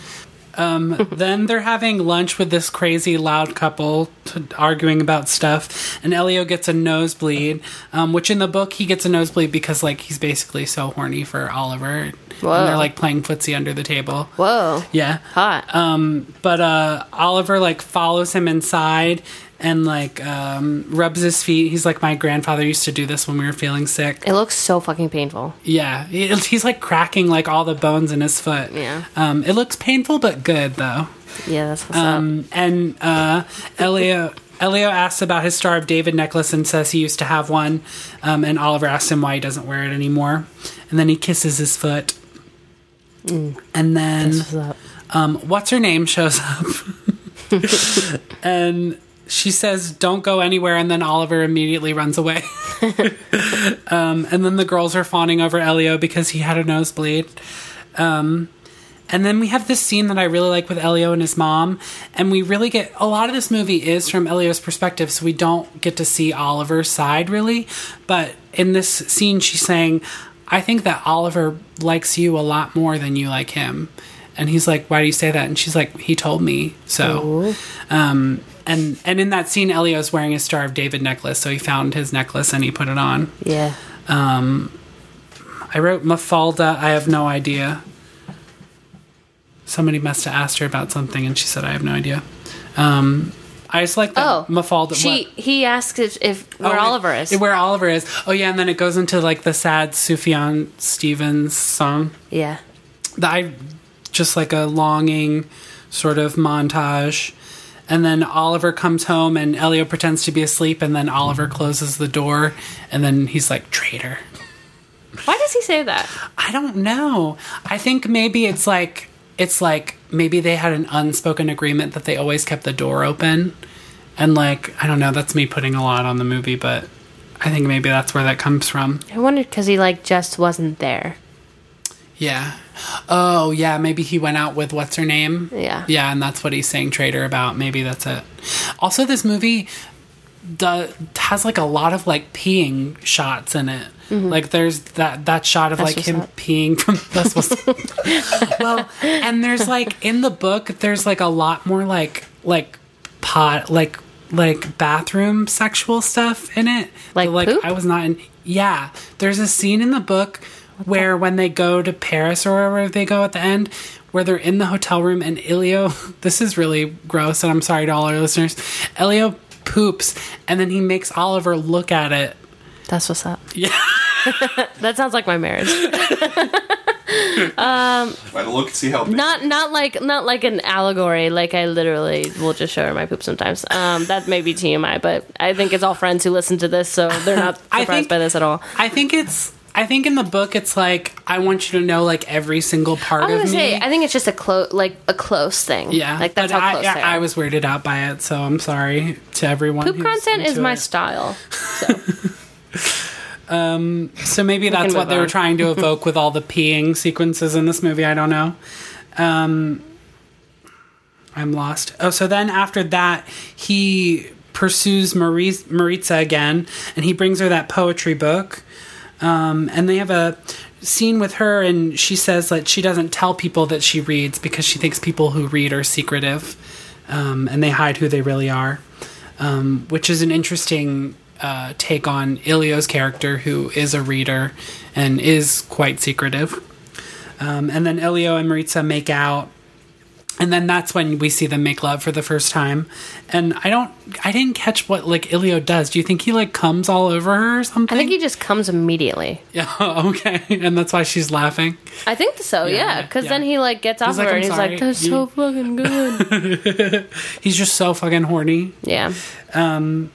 Um, then they're having lunch with this crazy loud couple t- arguing about stuff, and Elio gets a nosebleed. Um, which in the book he gets a nosebleed because like he's basically so horny for Oliver, Whoa. and they're like playing footsie under the table. Whoa. Yeah, Um, Hot. but uh, Oliver like follows him inside and like um, rubs his feet. He's like, my grandfather used to do this when we were feeling sick. it looks so fucking painful. Yeah, He- he's like cracking like all the bones in his foot. Yeah. um, it looks painful but good though. Yeah, that's what's up. Um, and uh, Elio. Elio asks about his Star of David necklace and says he used to have one. Um, and Oliver asks him why he doesn't wear it anymore. And then he kisses his foot. And then That's what's up. um, what's her name shows up and she says don't go anywhere and then oliver immediately runs away um, and then the girls are fawning over elio because he had a nosebleed um, and then we have this scene that i really like with elio and his mom and we really get a lot of this movie is from elio's perspective so we don't get to see oliver's side really but in this scene she's saying i think that oliver likes you a lot more than you like him and he's like why do you say that and she's like he told me so um, and and in that scene, Elio's wearing his Star of David necklace, so he found his necklace and he put it on. Yeah. I wrote Mafalda. I have no idea. Somebody must have asked her about something, and she said, "I have no idea." Um, I just like that Oh, Mafalda. She he asks if, if where Oh, Oliver it- is. Where Oliver is. Oh yeah, and then it goes into like the sad Sufjan Stevens song. yeah. that I just like a longing sort of montage. And then Oliver comes home and Elio pretends to be asleep and then Oliver closes the door and then he's like traitor. Why does he say that? I don't know. I think maybe it's like it's like maybe they had an unspoken agreement that they always kept the door open. And like I don't know, that's me putting a lot on the movie, but I think maybe that's where that comes from. I wondered because he like just wasn't there. Yeah. Oh, yeah. Maybe he went out with what's her name? Yeah. Yeah, and that's what he's saying traitor about. Maybe that's it. Also, this movie do- has like a lot of like peeing shots in it. Like there's that that shot of Mm-hmm. That's like what's him up. peeing from that's what's well, Oh, and there's like in the book there's like a lot more like like pot like like bathroom sexual stuff in it. Like like poop? I was not in. Yeah, there's a scene in the book where when they go to Paris or wherever they go at the end, where they're in the hotel room and Ilio. This is really gross, and I'm sorry to all our listeners. Ilio poops, and then he makes Oliver look at it. That's what's up. Yeah. that sounds like my marriage. By the look, see how big. Not not like not like an allegory. Like I literally will just show her my poop sometimes. Um, that may be TMI, but I think it's all friends who listen to this, so they're not I surprised think- by this at all. I think it's. I think in the book it's like I want you to know like every single part I was of gonna me. say I think it's just a close like a close thing. yeah, like that's but how I, close I, they are. I was weirded out by it, so I'm sorry to everyone. poop who's content is into my it. style. So maybe that's can what move they were on. trying to evoke with all the peeing sequences in this movie. I don't know. Um, I'm lost. Oh, so then after that, he pursues Maurice, Maritza again, and he brings her that poetry book. Um, and they have a scene with her, and she says that she doesn't tell people that she reads because she thinks people who read are secretive, um, and they hide who they really are um, which is an interesting uh, take on Ilio's character, who is a reader and is quite secretive. Um, and then Ilio and Maritza make out, and then that's when we see them make love for the first time. And I don't, I didn't catch what like Ilio does. Do you think he like comes all over her or something? I think he just comes immediately. yeah, okay, and that's why she's laughing. I think so, yeah. yeah, Because yeah. then he like gets off like, her "I'm and he's sorry, like, "That's you- so fucking good." He's just so fucking horny. yeah, And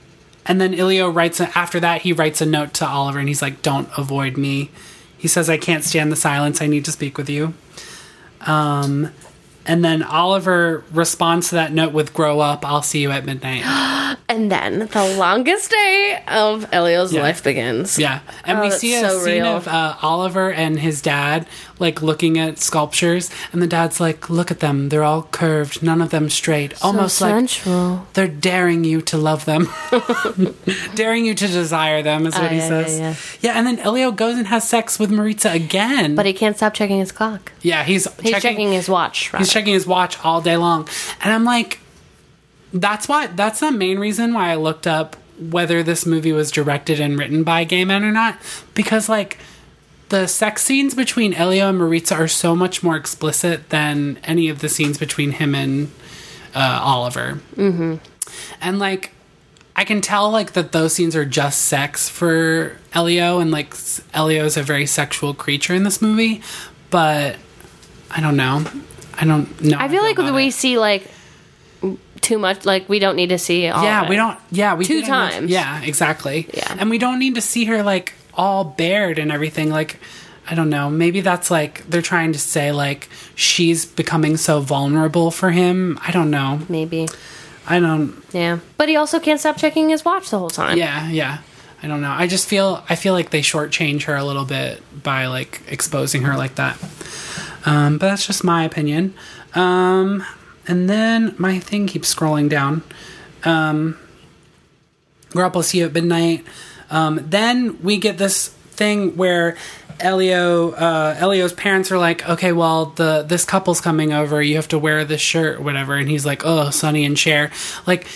then Ilio writes a, after that he writes a note to Oliver and he's like, "Don't avoid me." He says, "I can't stand the silence. I need to speak with you." Um, and then Oliver responds to that note with, "Grow up. I'll see you at midnight." and then the longest day of Elio's life begins. yeah, and Oh, we that's see a so scene real. of uh, Oliver and his dad like looking at sculptures, and the dad's like, "Look at them. They're all curved. None of them straight. Almost sensual. like they're daring you to love them, daring you to desire them." Is what Ah, he yeah, says. yeah, yeah. Yeah, and then Elio goes and has sex with Maritza again. But he can't stop checking his clock. yeah, he's He's checking, his watch. Rather. he's checking his watch all day long and i'm like that's why that's the main reason why i looked up whether this movie was directed and written by gay men or not because like the sex scenes between elio and maritza are so much more explicit than any of the scenes between him and uh, oliver mm-hmm. and like I can tell like that those scenes are just sex for Elio, and like s- Elio is a very sexual creature in this movie, but I don't know. I don't know. I feel like about we it. see like too much. Like we don't need to see all. of yeah it. we don't yeah we Two get enough- times. yeah exactly Yeah. and we don't need to see her like all bared and everything like. I don't know. Maybe that's like they're trying to say like she's becoming so vulnerable for him. I don't know. Maybe. I don't Yeah. But he also can't stop checking his watch the whole time. Yeah, yeah. I don't know. I just feel I feel like they shortchange her a little bit by like exposing her like that. Um, but that's just my opinion. Um, and then my thing keeps scrolling down. Um, Grop will see you at midnight. Um, then we get this thing where Elio uh, Elio's parents are like, okay, well the this couple's coming over. You have to wear this shirt, or whatever. And he's like, oh, Sonny and Cher. Like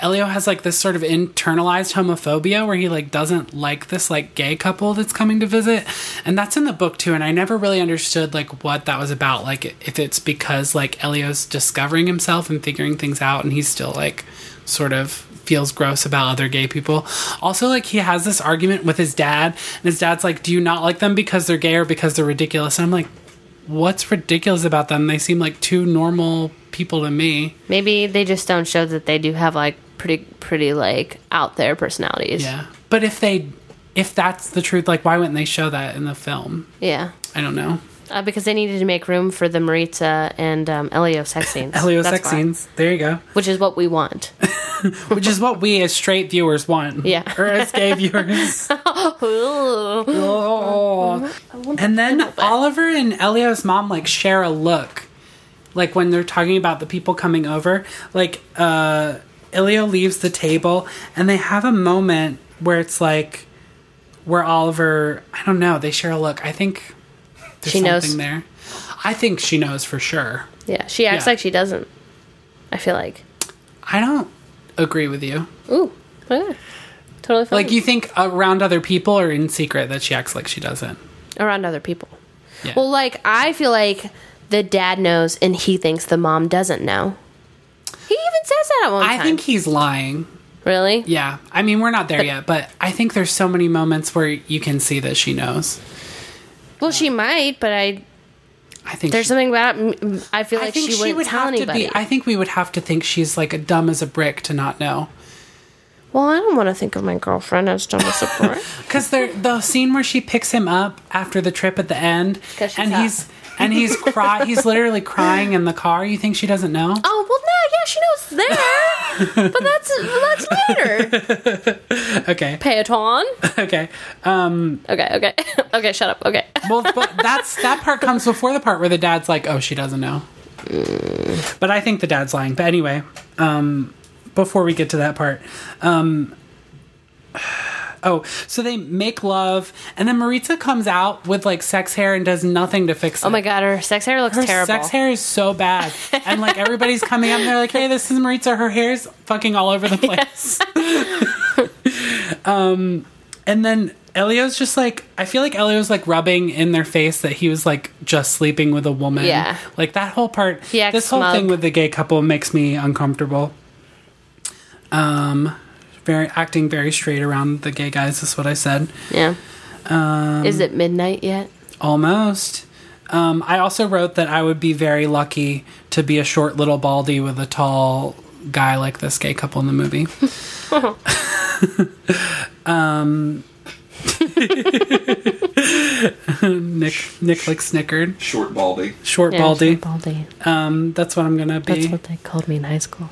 Elio has like this sort of internalized homophobia where he like doesn't like this like gay couple that's coming to visit. And that's in the book too and I never really understood like what that was about like if it's because like Elio's discovering himself and figuring things out and he's still like sort of feels gross about other gay people. Also like he has this argument with his dad and his dad's like do you not like them because they're gay or because they're ridiculous? And I'm like what's ridiculous about them? They seem like two normal people to me. Maybe they just don't show that they do have like pretty, pretty like out there personalities. Yeah. But if they if that's the truth, like why wouldn't they show that in the film? Yeah. I don't know. Uh, because they needed to make room for the Maritza and um, Elio sex scenes. Helio That's sex why. scenes. There you go. Which is what we want. Which is what we as straight viewers want. Yeah. or as gay viewers. Ooh. oh. And then Oliver and Elio's mom like share a look. Like when they're talking about the people coming over. Like uh Elio leaves the table and they have a moment where it's like where Oliver I don't know, they share a look. I think there's She knows. something there. I think she knows for sure. Yeah. She acts Yeah. like she doesn't. I feel like. I don't agree with you. Ooh. Oh, Yeah. Totally fine. Like you think around other people or in secret that she acts like she doesn't. around other people. Yeah. Well, like I feel like the dad knows and he thinks the mom doesn't know. He even says that at one I time. think he's lying. really. Yeah. I mean, we're not there yet, but I think there's so many moments where you can see that she knows. Well, she might, but I I think there's she, something about mm, I feel I like think she wouldn't tell have anybody. to be I think we would have to think she's like dumb as a brick to not know. well, I don't want to think of my girlfriend as dumb as a brick. Because there the scene where she picks him up after the trip at the end 'Cause she's and hot. he's and he's cry he's literally crying in the car. You think she doesn't know? oh well, no, yeah, she knows there, but that's well, that's later. Okay. Peaton. Okay. Okay, okay, okay. Shut up. Okay. well, but that's that part comes before the part where the dad's like, "Oh, she doesn't know." But I think the dad's lying. But anyway, um, before we get to that part, um, oh, so they make love, and then Maritza comes out with like sex hair and does nothing to fix it. Oh my god, her sex hair looks Her terrible. sex hair is so bad, and like everybody's coming up, and they're like, "Hey, this is Maritza. Her hair's fucking all over the place." um, and then Elio's just like, I feel like Elio's like rubbing in their face that he was like just sleeping with a woman. Yeah. like that whole part. He acts this whole smug. thing with the gay couple makes me uncomfortable. Um, very acting very straight around the gay guys is what I said. Yeah. Um, Is it midnight yet? Almost. Um, I also wrote that I would be very lucky to be a short little baldy with a tall guy like this gay couple in the movie. um, Nick Nick like snickered. Short baldy. Short Yeah, baldy. Baldy. Um, that's what I'm gonna be. That's what they called me in high school.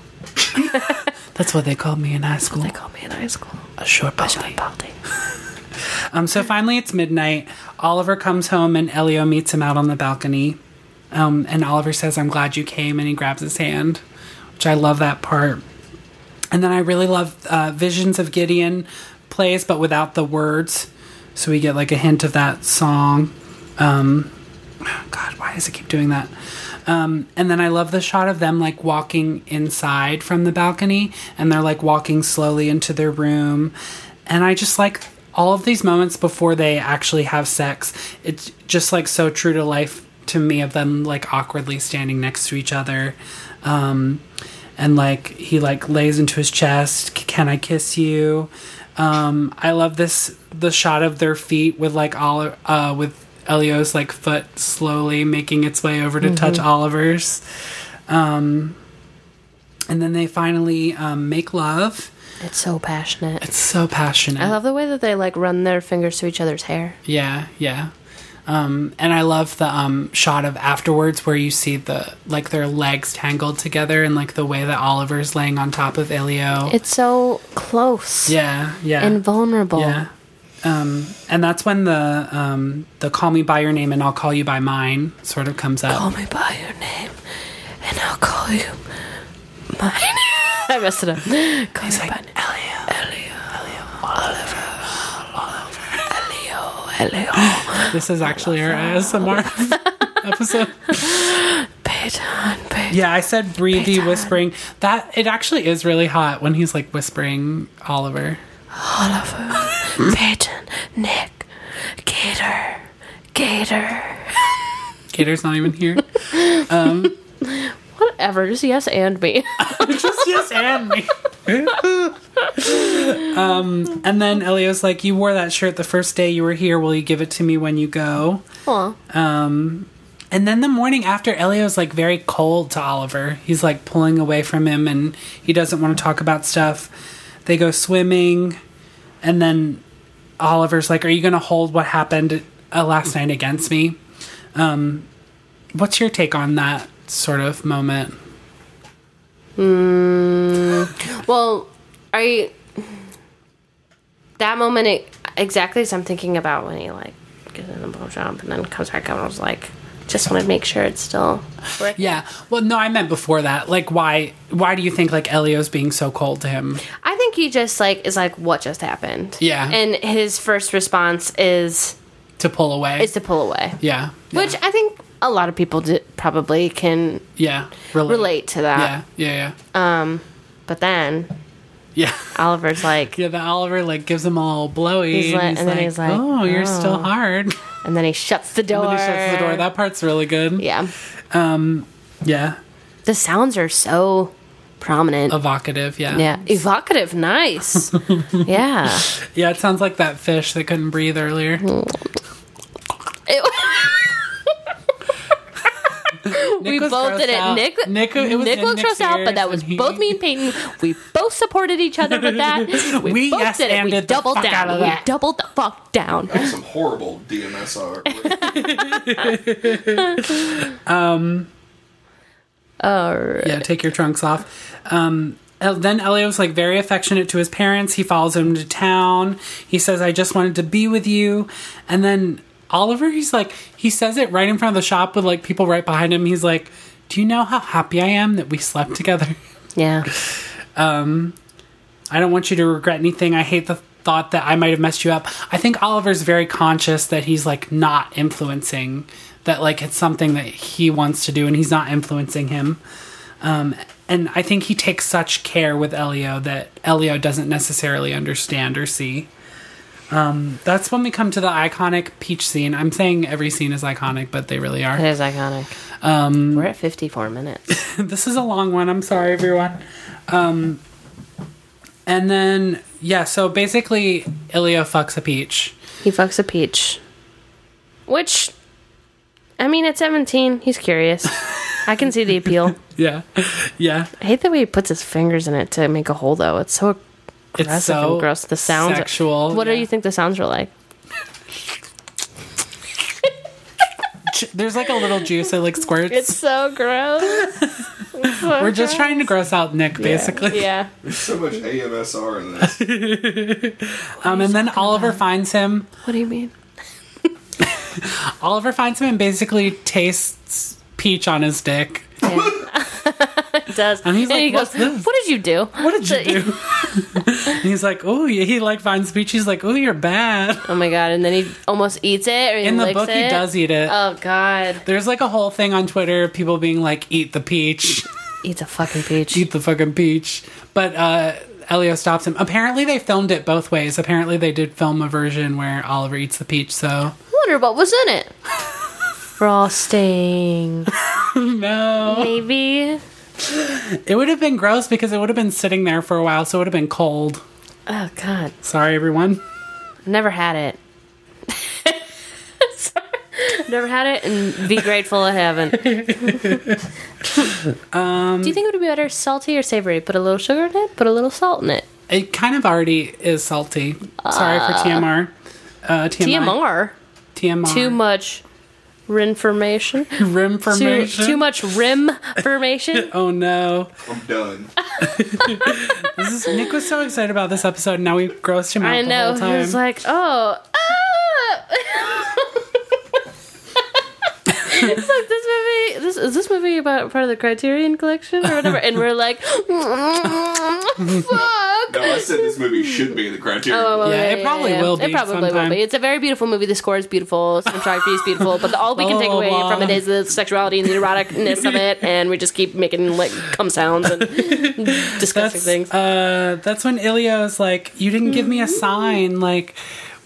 that's what they called me in high school. They called me in high school. a short baldy. Baldy. Um, so finally, it's midnight. Oliver comes home and Elio meets him out on the balcony. Um, and Oliver says, I'm glad you came. And he grabs his hand, which I love that part. And then I really love uh, Visions of Gideon plays, but without the words. So we get like a hint of that song. Um, God, why does it keep doing that? Um, and then I love the shot of them like walking inside from the balcony and they're like walking slowly into their room. And I just like all of these moments before they actually have sex. It's just like so true to life to me of them like awkwardly standing next to each other. Um, and like he like lays into his chest, "C- "Can I kiss you?" Um, I love this the shot of their feet with like all uh, with Elio's like foot slowly making its way over to touch Mm-hmm. Oliver's. Um, and then they finally um, make love. It's so passionate. It's so passionate. I love the way that they like run their fingers to each other's hair. Yeah, yeah. Um, and I love the um, shot of afterwards where you see the like their legs tangled together and like the way that Oliver's laying on top of Ilio. It's so close yeah, yeah, and vulnerable. yeah. Um, and that's when the um, the call me by your name and I'll call you by mine sort of comes up. Call me by your name, and I'll call you my name. I messed it up. Call me by name. Elio. Elio. Oliver. Oliver. Elio. Elio. This is actually our ASMR episode. Payton. Payton. Yeah, I said breathy whispering. That it actually is really hot when he's like whispering Oliver. Oliver. Payton. Nick. Gator. Gator. Gator's not even here. Whatever. Just yes and me. just yes and me. um, and then Elio's like, "You wore that shirt the first day you were here. Will you give it to me when you go?" Aw. And then the morning after, Elio's like very cold to Oliver. He's like pulling away from him, and he doesn't want to talk about stuff. They go swimming, and then Oliver's like, "Are you going to hold what happened uh, last night against me?" Um, what's your take on that sort of moment? Well, I that moment it, exactly as I'm thinking about when he like gives in a blowjob and then comes back up and I was like, just want to make sure it's still working. Yeah. Well, no, I meant before that. Like, why? Why do you think like Elio's being so cold to him? I think he just like is like, what just happened? Yeah. and his first response is To pull away. is to pull away, yeah. yeah, which I think a lot of people d- probably can yeah relate to that. Yeah. Yeah. Yeah. But then yeah. Oliver's like, Yeah. The Oliver like gives him all blowy. He's like- and then he's like, "Oh, you're "Oh." still hard." and then he shuts the door. when he shuts the door, that part's really good. yeah, Yeah. the sounds are so prominent. Evocative. Yeah. Yeah, evocative, nice. yeah, Yeah. It sounds like that fish that couldn't breathe earlier. It- we Nick was both did grossed it. out. Nick, Nick- it was in looked Nick's grossed out, but ears that was and he- both me and Peyton. We both supported each other with that. We, We both yes did it. We anded the doubled fuck down. out of we that. doubled the fuck down. Some horrible DMSR. yeah, take your trunks off. Um, El- then Elio's like very affectionate to his parents. He follows him to town. He says, "I just wanted to be with you." And then Oliver, he's like, he says it right in front of the shop with like people right behind him. He's like, "Do you know how happy I am that we slept together? Yeah, I don't want you to regret anything. I hate the." thought that I might have messed you up. I think Oliver's very conscious that he's like not influencing that like it's something that he wants to do and he's not influencing him. Um, and I think he takes such care with Elio that Elio doesn't necessarily understand or see. Um, that's when we come to the iconic peach scene. I'm saying every scene is iconic, but they really it are. is iconic. Um, We're at fifty-four minutes. this is a long one. I'm sorry, everyone. Um, and then yeah, so basically, Elio fucks a peach. He fucks a peach, which, I mean, at seventeen, he's curious. I can see the appeal. Yeah, yeah. I hate the way he puts his fingers in it to make a hole, though. It's so It's aggressive so and gross. The sounds. sexual. What yeah. do you think the sounds were like? Ch- There's like a little juice that like squirts. It's so gross. We're just trying to gross out Nick, basically. Yeah. There's so much AMSR in this. Um, and then Oliver finds him. What do you mean? Oliver finds him and basically tastes peach on his dick. It does. And he's like, he "What's goes, this?" What did you do? What did you do? and he's like, oh, he like finds peach. He's like, oh, you're bad. Oh my god! And then he almost eats it. Or he In the licks book, he it. does eat it. Oh god! There's like a whole thing on Twitter, of people being like, eat the peach, Eats a fucking peach. eat the fucking peach. But uh, Elio stops him. Apparently, they filmed it both ways. Apparently, they did film a version where Oliver eats the peach. So, wonder what was in it. Frosting, no. maybe. It would have been gross because it would have been sitting there for a while. So, it would have been cold. Oh god! Sorry, everyone. Never had it. Sorry. Never had it, and be grateful I haven't. um, Do you think it would be better salty or savory? Put a little sugar in it. Put a little salt in it. It kind of already is salty. Sorry for TMR. Uh, TMI. TMR. TMR. Too much information. rim Too, formation. too much rim formation. Oh no! I'm done. This is, Nick was so excited about this episode. and Now we grossed him out I the know. whole He time. was like, oh. ah." it's like this movie. This is this movie about part of the Criterion Collection or whatever, and we're like, No, fuck. I said this movie should be in the criteria. Oh, Yeah, it probably will It be probably will sometime. be. It's a very beautiful movie. The score is beautiful. Cinematography is beautiful. But the, all we can Blah, take blah, away blah. from it is the sexuality and the eroticness of it, and we just keep making like cum sounds and disgusting that's, things. Uh, that's when Ilio's like, "You didn't give me a sign. Like,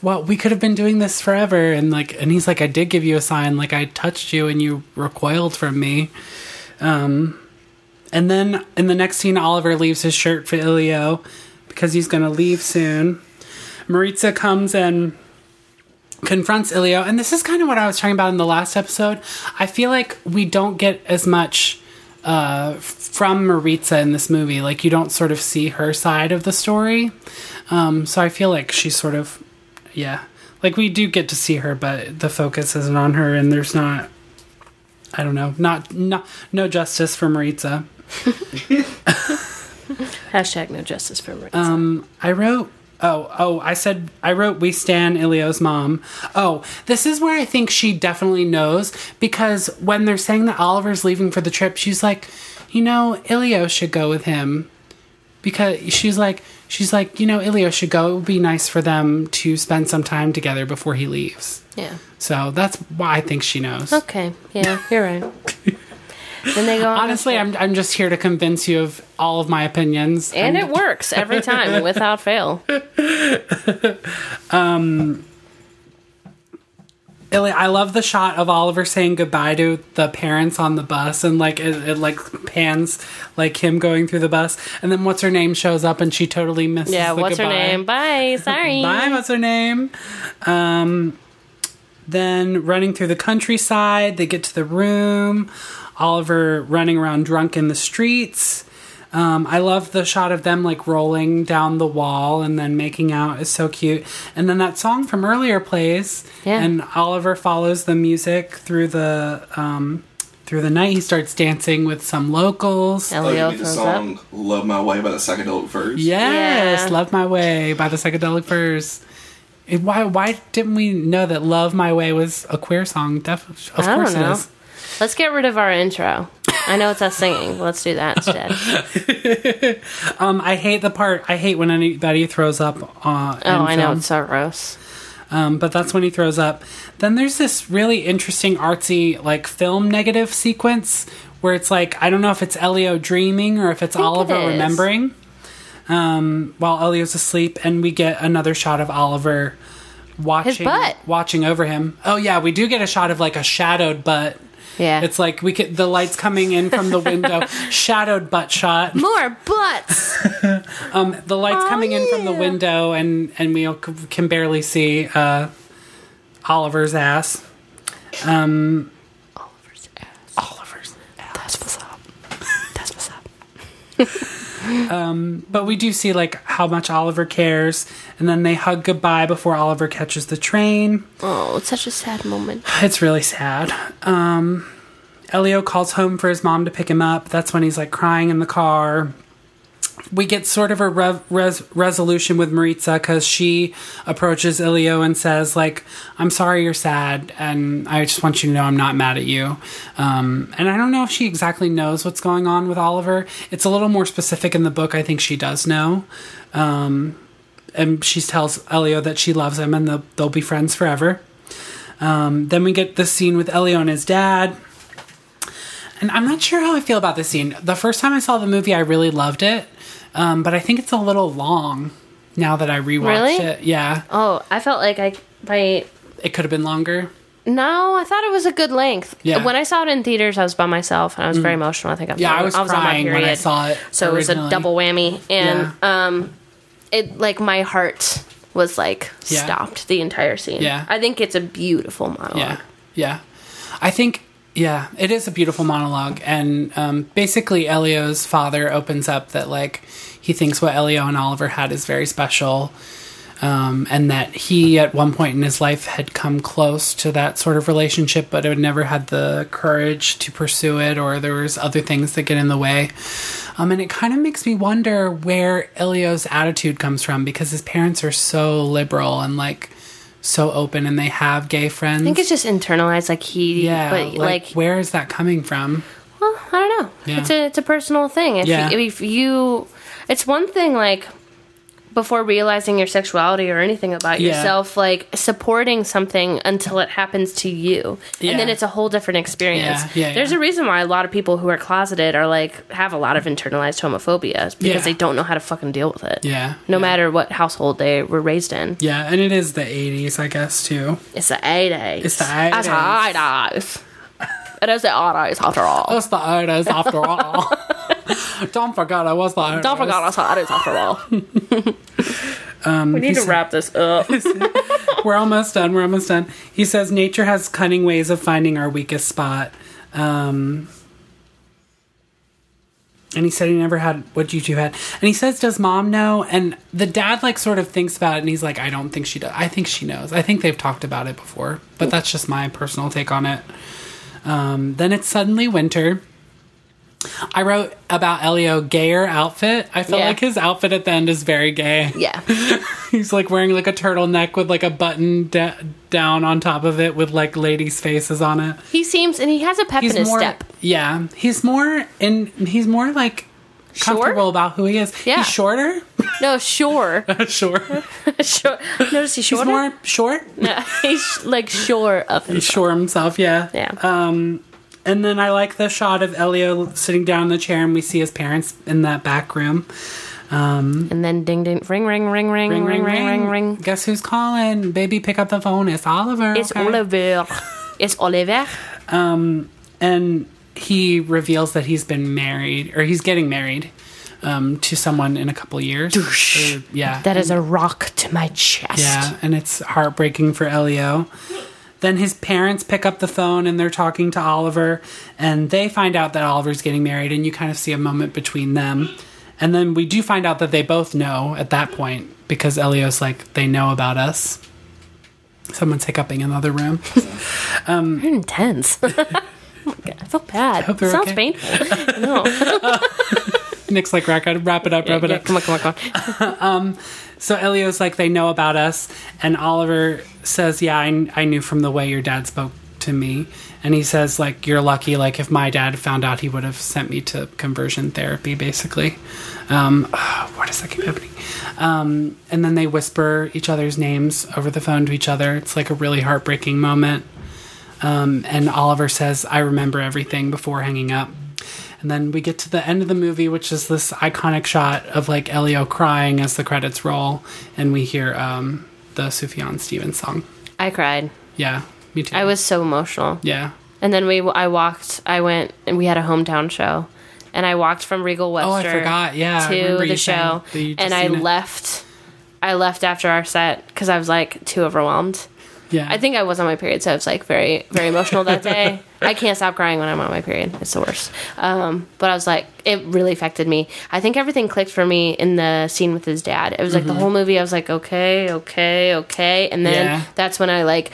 well, we could have been doing this forever." And like, and he's like, "I did give you a sign. Like, I touched you, and you recoiled from me." Um, and then in the next scene, Oliver leaves his shirt for Ilio because he's gonna leave soon. Maritza comes and confronts Ilio, and this is kind of what I was talking about in the last episode. I feel like we don't get as much uh, from Maritza in this movie. Like you don't sort of see her side of the story. Um, so I feel like she's sort of, yeah, like we do get to see her, but the focus isn't on her, and there's not, I don't know, not not no justice for Maritza. Hashtag no justice for Maritza. um, I wrote. Oh, oh, I said I wrote we stan Ilio's mom. Oh, this is where I think she definitely knows because when they're saying that Oliver's leaving for the trip, she's like, "You know, Ilio should go with him." Because she's like she's like, "You know, Ilio should go. It would be nice for them to spend some time together before he leaves." yeah. So that's why I think she knows. Okay. Yeah, you're right. then they go. on Honestly, this- I'm I'm just here to convince you of all of my opinions. and I'm- it works every time without fail. Illy, I love the shot of Oliver saying goodbye to the parents on the bus, and like it, it like pans like him going through the bus, and then what's her name shows up, and she totally misses. Yeah. the What's her goodbye. name? Bye. Sorry. Bye. What's her name? Um, then running through the countryside, they get to the room. Oliver running around drunk in the streets. Um, I love the shot of them like rolling down the wall and then making out is so cute. And then that song from earlier plays, Yeah. and Oliver follows the music through the um, through the night. He starts dancing with some locals. Oh, you Elio mean the throws song up. Love My Way by the Psychedelic Furs? Yes, Yeah. "Love My Way" by the Psychedelic Furs. It- Why? Why didn't we know that "Love My Way" was a queer song? Def- of I course don't know. it is. Let's get rid of our intro. I know it's us singing. Let's do that instead. Um, I hate the part. I hate when anybody throws up. Uh, Oh, in I know film. it's so gross. Um, but that's when he throws up. Then there's this really interesting artsy like film negative sequence where it's like I don't know if it's Elio dreaming or if it's think Oliver it is. remembering. Um, while Elio's asleep, and we get another shot of Oliver watching butt. watching over him. Oh yeah, we do get a shot of like a shadowed butt. Yeah. It's like we could the lights coming in from the window, shadowed butt shot. more butts. The lights Oh, coming in from the yeah. window, and and we can barely see uh, Oliver's ass. Oliver's ass. Oliver's. That's what's up. That's what's up. But we do see like how much Oliver cares, and then they hug goodbye before Oliver catches the train. Oh, it's such a sad moment. It's really sad. Um, Elio calls home for his mom to pick him up. That's when he's like crying in the car. We get sort of a rev- res- resolution with Maritza because she approaches Elio and says, "Like, I'm sorry you're sad, and I just want you to know I'm not mad at you." Um, and I don't know if she exactly knows what's going on with Oliver. It's a little more specific in the book. I think she does know and she tells Elio that she loves him and they'll, they'll be friends forever. Um, then we get the scene with Elio and his dad. And I'm not sure how I feel about this scene. The first time I saw the movie, I really loved it, um, but I think it's a little long now that I rewatched Really? it. Yeah, Oh, I felt like I my it could have been longer. no, I thought it was a good length. Yeah. Mm. When I saw it in theaters, I was by myself and I was very emotional. I think I was Yeah, on- I was, crying when I saw it. So it was a originally. double whammy, and um, it like my heart was like Yeah. stopped the entire scene. Yeah. I think it's a beautiful monologue. Yeah, yeah. I think yeah, it is a beautiful monologue, and um, basically Elio's father opens up that like he thinks what Elio and Oliver had is very special, um, and that he at one point in his life had come close to that sort of relationship, but had never had the courage to pursue it, or there was other things that get in the way. Um, and it kind of makes me wonder where Elio's attitude comes from because his parents are so liberal and like so open, and they have gay friends. I think it's just internalized, like he. Yeah, but like, where is that coming from? well, I don't know. Yeah. It's a it's a personal thing. If, Yeah. you, if you, it's one thing like before realizing your sexuality or anything about Yeah. yourself, like supporting something until it happens to you, Yeah. and then it's a whole different experience. Yeah, yeah, There's yeah. a reason why a lot of people who are closeted are like have a lot of internalized homophobia is because Yeah. they don't know how to fucking deal with it. Yeah, No yeah. matter what household they were raised in, Yeah, and it is the '80s, I guess, too. it's the eighties. It's the That's 80s. high dives. It is the eighties after all. It's the '80s after all. Don't forget, I was the '80s. Don't forget us how it is after all. Um, we need to wrap this up. We're almost done. We're almost done. He says nature has cunning ways of finding our weakest spot. Um, and he said he never had what you two had. And he says, "Does mom know?" And the dad like sort of thinks about it, and he's like, "I don't think she does. I think she knows. I think they've talked about it before, but that's just my personal take on it." Um, then it's suddenly winter. I wrote about Elio gayer outfit. I feel Yeah. like his outfit at the end is very gay. yeah. He's like wearing like a turtleneck with like a button da- down on top of it with like ladies' faces on it. He seems, and he has a pep He's in his more, step. yeah. He's more and he's more like comfortable about who he is. Yeah. he's shorter. No, sure. sure, sure. Notice he's he's shorter? more short. No, he's like sure of He's himself. sure himself. Yeah, Um, Yeah. And then I like the shot of Elio sitting down in the chair, and we see his parents in that back room. and then ding, ding, ring, ring, ring, ring, ring, ring, ring, ring, ring. Guess who's calling? Baby, pick up the phone. It's Oliver. It's okay? Oliver. It's Oliver. and he reveals that he's been married or he's getting married um, to someone in a couple years. Or- yeah, That is a rock to my chest. yeah, and it's heartbreaking for Elio. Then his parents pick up the phone and they're talking to Oliver, and they find out that Oliver's getting married, and you kind of see a moment between them. And then we do find out that they both know at that point because Elio's like, they know about us. Someone's hiccuping in the other room. You're intense. oh my God, I feel bad. hope you're Sounds okay. painful. No. Nick's like, wrap it up, wrap it up. Yeah, come on, come on, come on. So Elio's like, they know about us. And Oliver says, yeah, I, I knew from the way your dad spoke to me. And he says, like, you're lucky. Like, if my dad found out, he would have sent me to conversion therapy, basically. Um, why does that keep happening? Um, and then they whisper each other's names over the phone to each other. It's like a really heartbreaking moment. Um, and Oliver says, I remember everything before hanging up. And then we get to the end of the movie, which is this iconic shot of like Elio crying as the credits roll, and we hear um, the Sufjan Stevens song. I cried. Yeah, me too. I was so emotional. yeah. And then we, I walked, I went, and we had a hometown show, and I walked from Regal Webster. Oh, I forgot. Yeah, I to remember the you saying show, that you just and I seen it. left. I left after our set because I was like too overwhelmed. Yeah, I think I was on my period, so I was like very, very emotional that day. I can't stop crying when I'm on my period. It's the worst. Um, but I was like, it really affected me. I think everything clicked for me in the scene with his dad. It was like the whole movie. I was like, okay, okay, okay, and then Mm-hmm. Yeah. that's when I like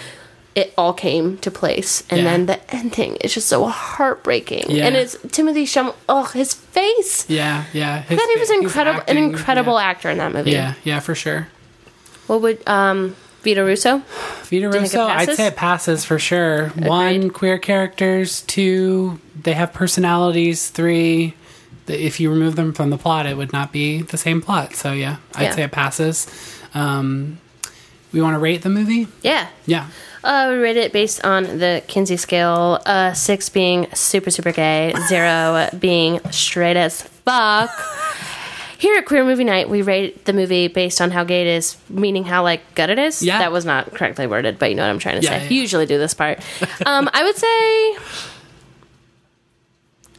it all came to place. And Yeah. then the ending is just so heartbreaking. Yeah. And it's Timothy Chalamet. Oh, his face. Yeah, yeah. I thought he was incredible, an incredible Yeah. actor in that movie. yeah, yeah, for sure. What would um, Vito Russo? Vita think it Russo, I'd passes? say it passes for sure. One, queer characters. Two, they have personalities. Three, the, if you remove them from the plot, it would not be the same plot. So yeah, I'd Yeah. say it passes. Um, we want to rate the movie. Yeah. Yeah, Uh, we rate it based on the Kinsey scale. Uh, six being super, super gay. Zero being straight as fuck. Here at Queer Movie Night, we rate the movie based on how gay it is, meaning how like good it is. Yeah. That was not correctly worded, but you know what I'm trying to Yeah, say. yeah. You usually do this part. um, I would say,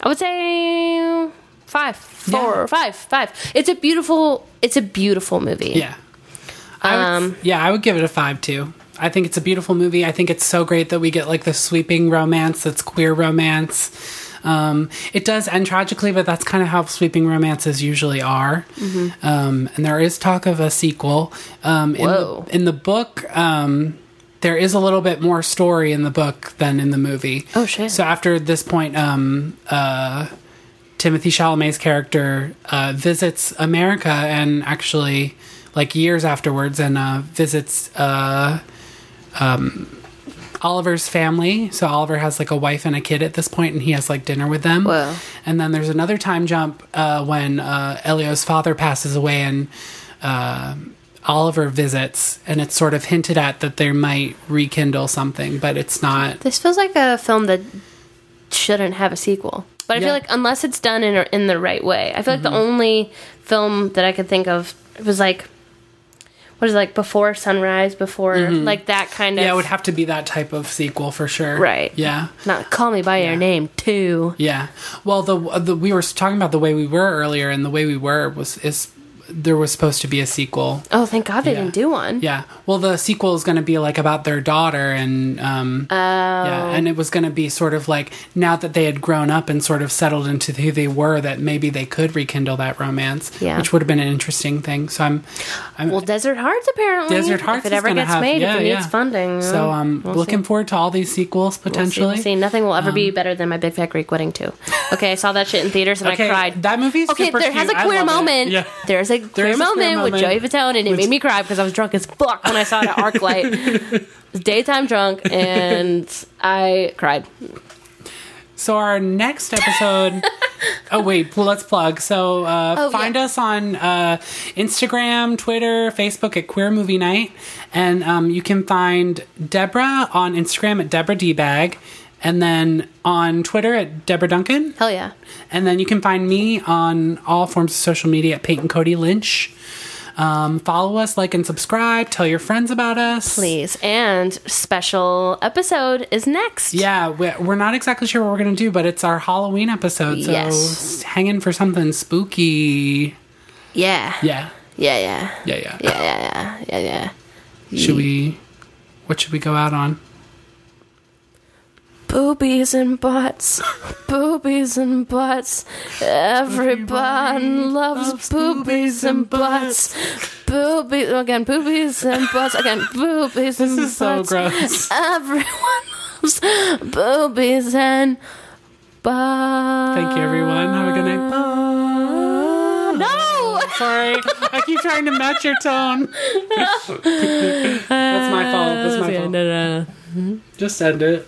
I would say five, four, Yeah. five, five. It's a beautiful, it's a beautiful movie. yeah. I would, Um, yeah, I would give it a five too. I think it's a beautiful movie. I think it's so great that we get like the sweeping romance that's queer romance. Um, it does end tragically, but that's kind of how sweeping romances usually are. Mm-hmm. Um, and there is talk of a sequel. Um, in, the, Whoa. in the book, um, there is a little bit more story in the book than in the movie. Oh, shit. So after this point, um, uh, Timothy Chalamet's character uh, visits America and actually, like years afterwards, and uh, visits uh, um, Oliver's family. So Oliver has like a wife and a kid at this point, and he has like dinner with them. Whoa. And then there's another time jump uh, when uh, Elio's father passes away and. Uh, Oliver visits, and it's sort of hinted at that they might rekindle something, but it's not. This feels like a film that shouldn't have a sequel. But Yeah. I Mm-hmm. feel like unless it's done in in the right way, I feel like the only film that I could think of was like what is it, like before sunrise, before like that kind of Mm-hmm. Yeah, it would have to be that type of sequel for sure. Right. Yeah. not call me by your name too. Yeah. Well, the uh, the we were talking about the way we were earlier, and the way we were was is there was supposed to be a sequel. Oh, thank God they Yeah. didn't do one. Yeah. Well, the sequel is going to be like about their daughter, and um, Oh. yeah, and it was going to be sort of like now that they had grown up and sort of settled into who they were, that maybe they could rekindle that romance. Yeah. Which would have been an interesting thing. So I'm, I'm Well, Desert Hearts apparently. Desert Hearts If it ever is gonna gets have, made, yeah, if it yeah. needs funding. So um, we'll looking see. forward to all these sequels We'll see, potentially. um, we'll see. nothing will ever be better than my Big Fat Greek Wedding too. Okay, I saw that shit in theaters and Okay, I cried. that movie's okay. super There has a cute. I queer love it. moment. Yeah. There's a is queer a queer moment with moment. Joey Fatone, and it Which- made me cry because I was drunk as fuck when I saw it at ArcLight. It was daytime drunk, and I cried. So our next episode. oh wait, pl- let's plug. So uh, Oh, find yeah. us on uh, Instagram, Twitter, Facebook at Queer Movie Night, and um, you can find Deborah on Instagram at Deborah Dbag, and then on Twitter at Deborah Duncan, Hell yeah! and then you can find me on all forms of social media at Peyton Cody Lynch. Um, follow us, like and subscribe. Tell your friends about us. Please. And special episode is next. Yeah, we- we're not exactly sure what we're going to do, but it's our Halloween episode. So Yes. hang in for something spooky. Yeah. Yeah. Yeah. Yeah. Yeah, Yeah. yeah. Yeah. Yeah. Yeah. yeah. Should we what should we go out on? Boobies and butts, boobies and butts. Everyone loves boobies and butts. Boobies again, boobies and butts again, boobies and butts. This is so gross. Everyone loves boobies and butts. Thank you, everyone. Have a good night. Bye. No. Sorry, I keep trying to match your tone. That's my fault. That's my fault. Just end it.